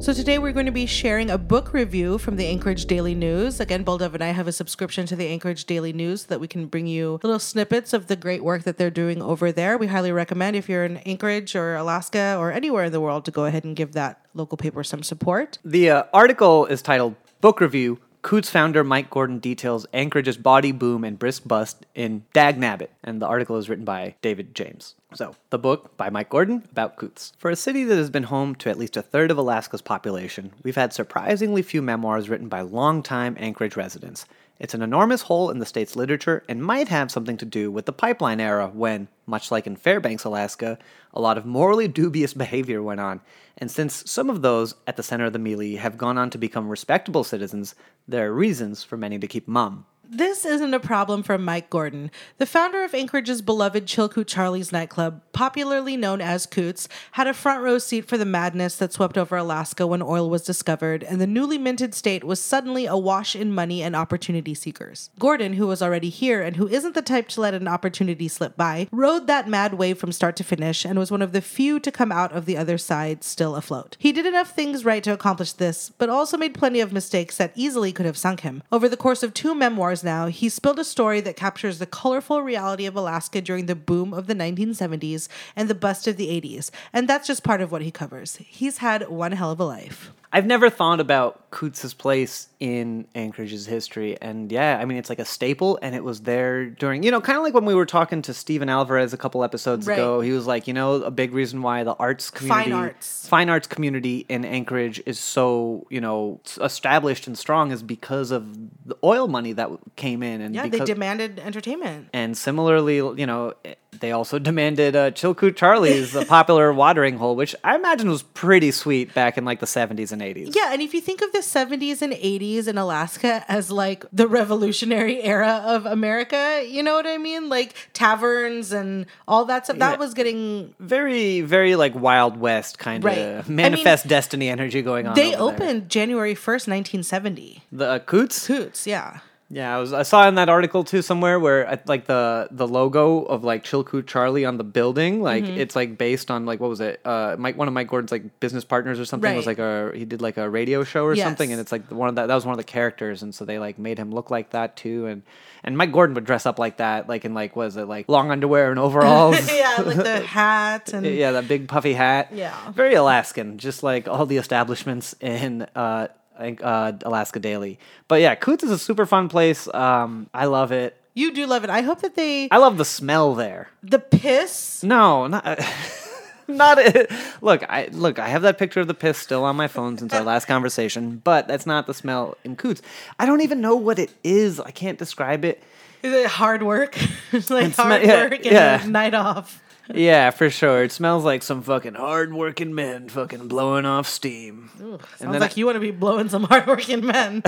Speaker 1: So today we're going to be sharing a book review from the Anchorage Daily News. Again, Boldev and I have a subscription to the Anchorage Daily News so that we can bring you little snippets of the great work that they're doing over there. We highly recommend if you're in Anchorage or Alaska or anywhere in the world to go ahead and give that local paper some support.
Speaker 2: The uh, article is titled Book Review Coots founder Mike Gordon details Anchorage's body boom and brisk bust in Dag Nabbit. And the article is written by David James. So, the book by Mike Gordon about coots. For a city that has been home to at least a third of Alaska's population, we've had surprisingly few memoirs written by longtime Anchorage residents. It's an enormous hole in the state's literature and might have something to do with the pipeline era when, much like in Fairbanks, Alaska, a lot of morally dubious <laughs> behavior went on. And since some of those at the center of the melee have gone on to become respectable citizens, there are reasons for many to keep mum.
Speaker 1: This isn't a problem for Mike Gordon. The founder of Anchorage's beloved Chilkoot Charlie's nightclub, popularly known as Coots, had a front row seat for the madness that swept over Alaska when oil was discovered, and the newly minted state was suddenly awash in money and opportunity seekers. Gordon, who was already here and who isn't the type to let an opportunity slip by, rode that mad wave from start to finish and was one of the few to come out of the other side still afloat. He did enough things right to accomplish this, but also made plenty of mistakes that easily could have sunk him. Over the course of two memoirs now, he spilled a story that captures the colorful reality of Alaska during the boom of the 1970s and the bust of the 80s, and that's just part of what he covers. He's had one hell of a life.
Speaker 2: I've never thought about Coots's place in Anchorage's history, and yeah, I mean it's like a staple, and it was there during you know kind of like when we were talking to Steven Alvarez a couple episodes
Speaker 1: Right.
Speaker 2: ago. He was like, you know, a big reason why the arts community,
Speaker 1: arts.
Speaker 2: fine arts community in Anchorage is so you know s- established and strong is because of the oil money that w- came in, and
Speaker 1: Yeah,
Speaker 2: because-
Speaker 1: they demanded entertainment.
Speaker 2: and similarly, you know, they also demanded uh, Chilkoot Charlie's, a popular watering hole, which I imagine was pretty sweet back in like the 70s and 80s.
Speaker 1: Yeah, and if you think of the 70s and 80s in Alaska as like the revolutionary <laughs> era of America, you know what I mean? Like taverns and all that stuff.
Speaker 2: Yeah.
Speaker 1: That was getting.
Speaker 2: Very, very like Wild West kind of
Speaker 1: Right. I mean,
Speaker 2: manifest destiny energy going on.
Speaker 1: They
Speaker 2: over there.
Speaker 1: opened January 1st, 1970.
Speaker 2: the uh, Coots.
Speaker 1: Coots, yeah.
Speaker 2: Yeah, I, was, I saw in that article too somewhere where uh, like the the logo of like Chilkoot Charlie on the building, like
Speaker 1: Mm-hmm.
Speaker 2: it's like based on like what was it? Uh, Mike, one of Mike Gordon's like business partners or something was
Speaker 1: Right.
Speaker 2: like a he did like a radio show or something,
Speaker 1: Yes.
Speaker 2: and it's like one of that that was one of the characters, and so they like made him look like that too, and and Mike Gordon would dress up like that, like in like was it like long underwear and
Speaker 1: <laughs>
Speaker 2: overalls.
Speaker 1: <laughs> yeah, like the hat and.
Speaker 2: <laughs> Yeah, that big puffy hat.
Speaker 1: Yeah.
Speaker 2: Very Alaskan, just like all the establishments in uh, I think, uh, Alaska Daily. But yeah, Coots is a super fun place. Um, I love it.
Speaker 1: You do love it. I hope that they.
Speaker 2: I love the smell there.
Speaker 1: The piss.
Speaker 2: No, not. <laughs> Not it. Look, I look. I have that picture of the piss still on my phone since our last conversation, but that's not the smell in Coots. I don't even know what it is. I can't describe it.
Speaker 1: Is it hard work? <laughs> it's like
Speaker 2: sma-
Speaker 1: hard
Speaker 2: yeah,
Speaker 1: work and
Speaker 2: yeah.
Speaker 1: a night off.
Speaker 2: Yeah, for sure. It smells like some fucking hard-working men fucking blowing off steam.
Speaker 1: Sounds like you want to be blowing some <laughs> hardworking
Speaker 2: <laughs>
Speaker 1: men.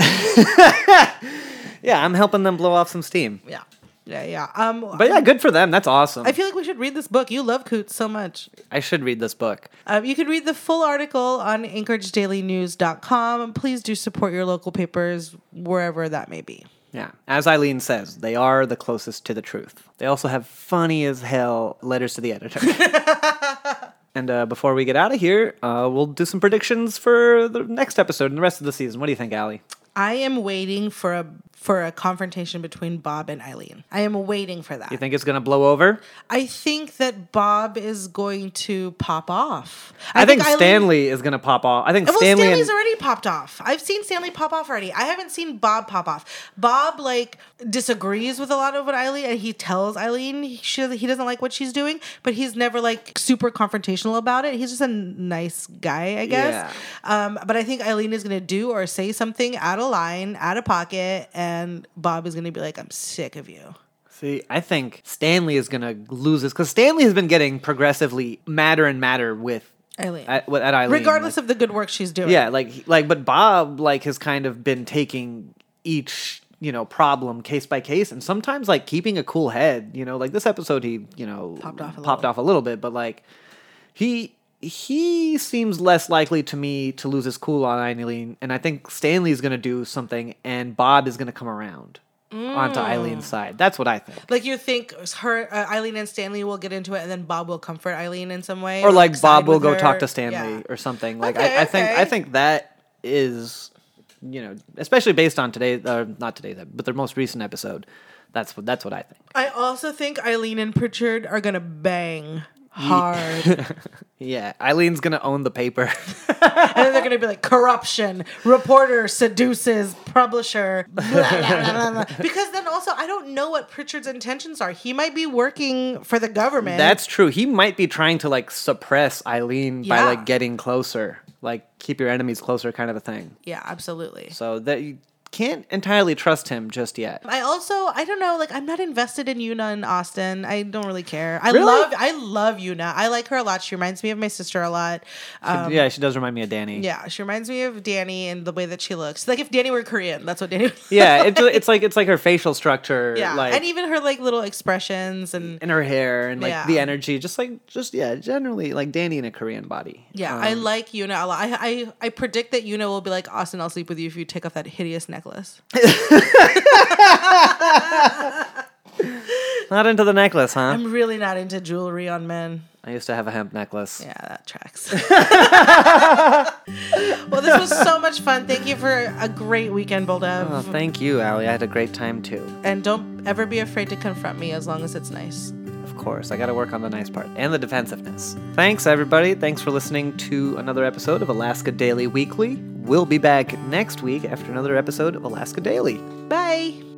Speaker 2: Yeah, I'm helping them blow off some steam.
Speaker 1: yeah. Yeah, yeah. Um,
Speaker 2: But yeah, good for them. That's awesome.
Speaker 1: I feel like we should read this book. You love Coots so much.
Speaker 2: I should read this book.
Speaker 1: Um, you can read the full article on anchoradedailynews.com. Please do support your local papers wherever that may be.
Speaker 2: Yeah. As Eileen says, they are the closest to the truth. They also have funny as hell letters to the
Speaker 1: <laughs>
Speaker 2: editor. and uh, before we get out of here, uh, we'll do some predictions for the next episode and the rest of the season. What do you think, Allie?
Speaker 1: I am waiting for a for a confrontation between Bob and Eileen. I am waiting for that.
Speaker 2: You think it's going to blow over?
Speaker 1: I think that Bob is going to pop off.
Speaker 2: I, think,
Speaker 1: Eileen-
Speaker 2: Stanley is going to pop off. I think
Speaker 1: Well,
Speaker 2: Stanley
Speaker 1: Stanley's
Speaker 2: and
Speaker 1: already popped off. I've seen Stanley pop off already. I haven't seen Bob pop off. Bob like disagrees with a lot of what Eileen, and he tells Eileen he- she doesn't- he doesn't like what she's doing, but he's never like super confrontational about it. He's just a n- nice guy, I guess.
Speaker 2: Yeah.
Speaker 1: Um, but I think Eileen is gonna do or say something out of line, out of pocket, and Bob is gonna be like, "I'm sick of you."
Speaker 2: See, I think Stanley is going to lose this because Stanley has been getting progressively madder and madder with
Speaker 1: Eileen.
Speaker 2: at, with- at Eileen.
Speaker 1: Regardless
Speaker 2: Like,
Speaker 1: of the good work she's doing.
Speaker 2: Yeah, like he- like but Bob like has kind of been taking each you know problem case by case and sometimes like keeping a cool head you know like this episode he you know
Speaker 1: Popped off a
Speaker 2: popped
Speaker 1: little.
Speaker 2: off a little bit but like he he seems less likely to me to lose his cool on Eileen and I think Stanley's gonna do something and Bob is gonna come around
Speaker 1: Mm.
Speaker 2: onto Eileen's side that's what I think
Speaker 1: Like you think her uh, Eileen and Stanley will get into it, and then Bob will comfort Eileen in some way,
Speaker 2: or like
Speaker 1: side
Speaker 2: Bob will
Speaker 1: with
Speaker 2: go
Speaker 1: her.
Speaker 2: talk to Stanley
Speaker 1: Yeah.
Speaker 2: or something. Like
Speaker 1: Okay,
Speaker 2: I, I think
Speaker 1: okay.
Speaker 2: I think that is you know especially based on today or not today but their most recent episode. That's what that's what I think.
Speaker 1: I also think Eileen and Pritchard are gonna bang hard.
Speaker 2: <laughs> Yeah, Eileen's gonna own the paper. <laughs>
Speaker 1: and then they're going to be like corruption, reporter seduces publisher. <laughs> blah, blah, blah, blah. Because then also, I don't know what Pritchard's intentions are. He might be working for the government.
Speaker 2: That's true. He might be trying to like suppress Eileen by
Speaker 1: Yeah.
Speaker 2: like getting closer, like keep your enemies closer, kind of a thing.
Speaker 1: yeah, absolutely.
Speaker 2: So that you can't entirely trust him just yet.
Speaker 1: I also I don't know like I'm not invested in Yuna and Austin. I don't really care. I
Speaker 2: Really?
Speaker 1: love I love Yuna. I like her a lot. She reminds me of my sister a lot. Um,
Speaker 4: yeah, she does remind me of Danny.
Speaker 1: yeah, she reminds me of Danny and the way that she looks. Like if Danny were Korean, that's what Danny. Would
Speaker 2: Yeah, it's it's like it's like her facial structure,
Speaker 1: <laughs> yeah,
Speaker 2: like
Speaker 1: and even her like little expressions and
Speaker 2: and her hair and like
Speaker 1: Yeah.
Speaker 2: the energy, just like just yeah, generally like Danny in a Korean body. Um,
Speaker 1: yeah, I like Yuna a lot. I, I I predict that Yuna will be like Austin. I'll sleep with you if you take off that hideous necklace.
Speaker 2: Not into the necklace, huh?
Speaker 1: I'm really not into jewelry on men.
Speaker 2: I used to have a hemp necklace.
Speaker 1: Yeah, that tracks. <laughs> well, this was so much fun. Thank you for a great weekend, Boldev.
Speaker 2: Oh, thank you, Allie. I had a great time too.
Speaker 1: And don't ever be afraid to confront me as long as it's nice.
Speaker 2: Of course, I got to work on the nice part and the defensiveness. Thanks, everybody. Thanks for listening to another episode of Alaska Daily Weekly. We'll be back next week after another episode of Alaska Daily.
Speaker 1: Bye.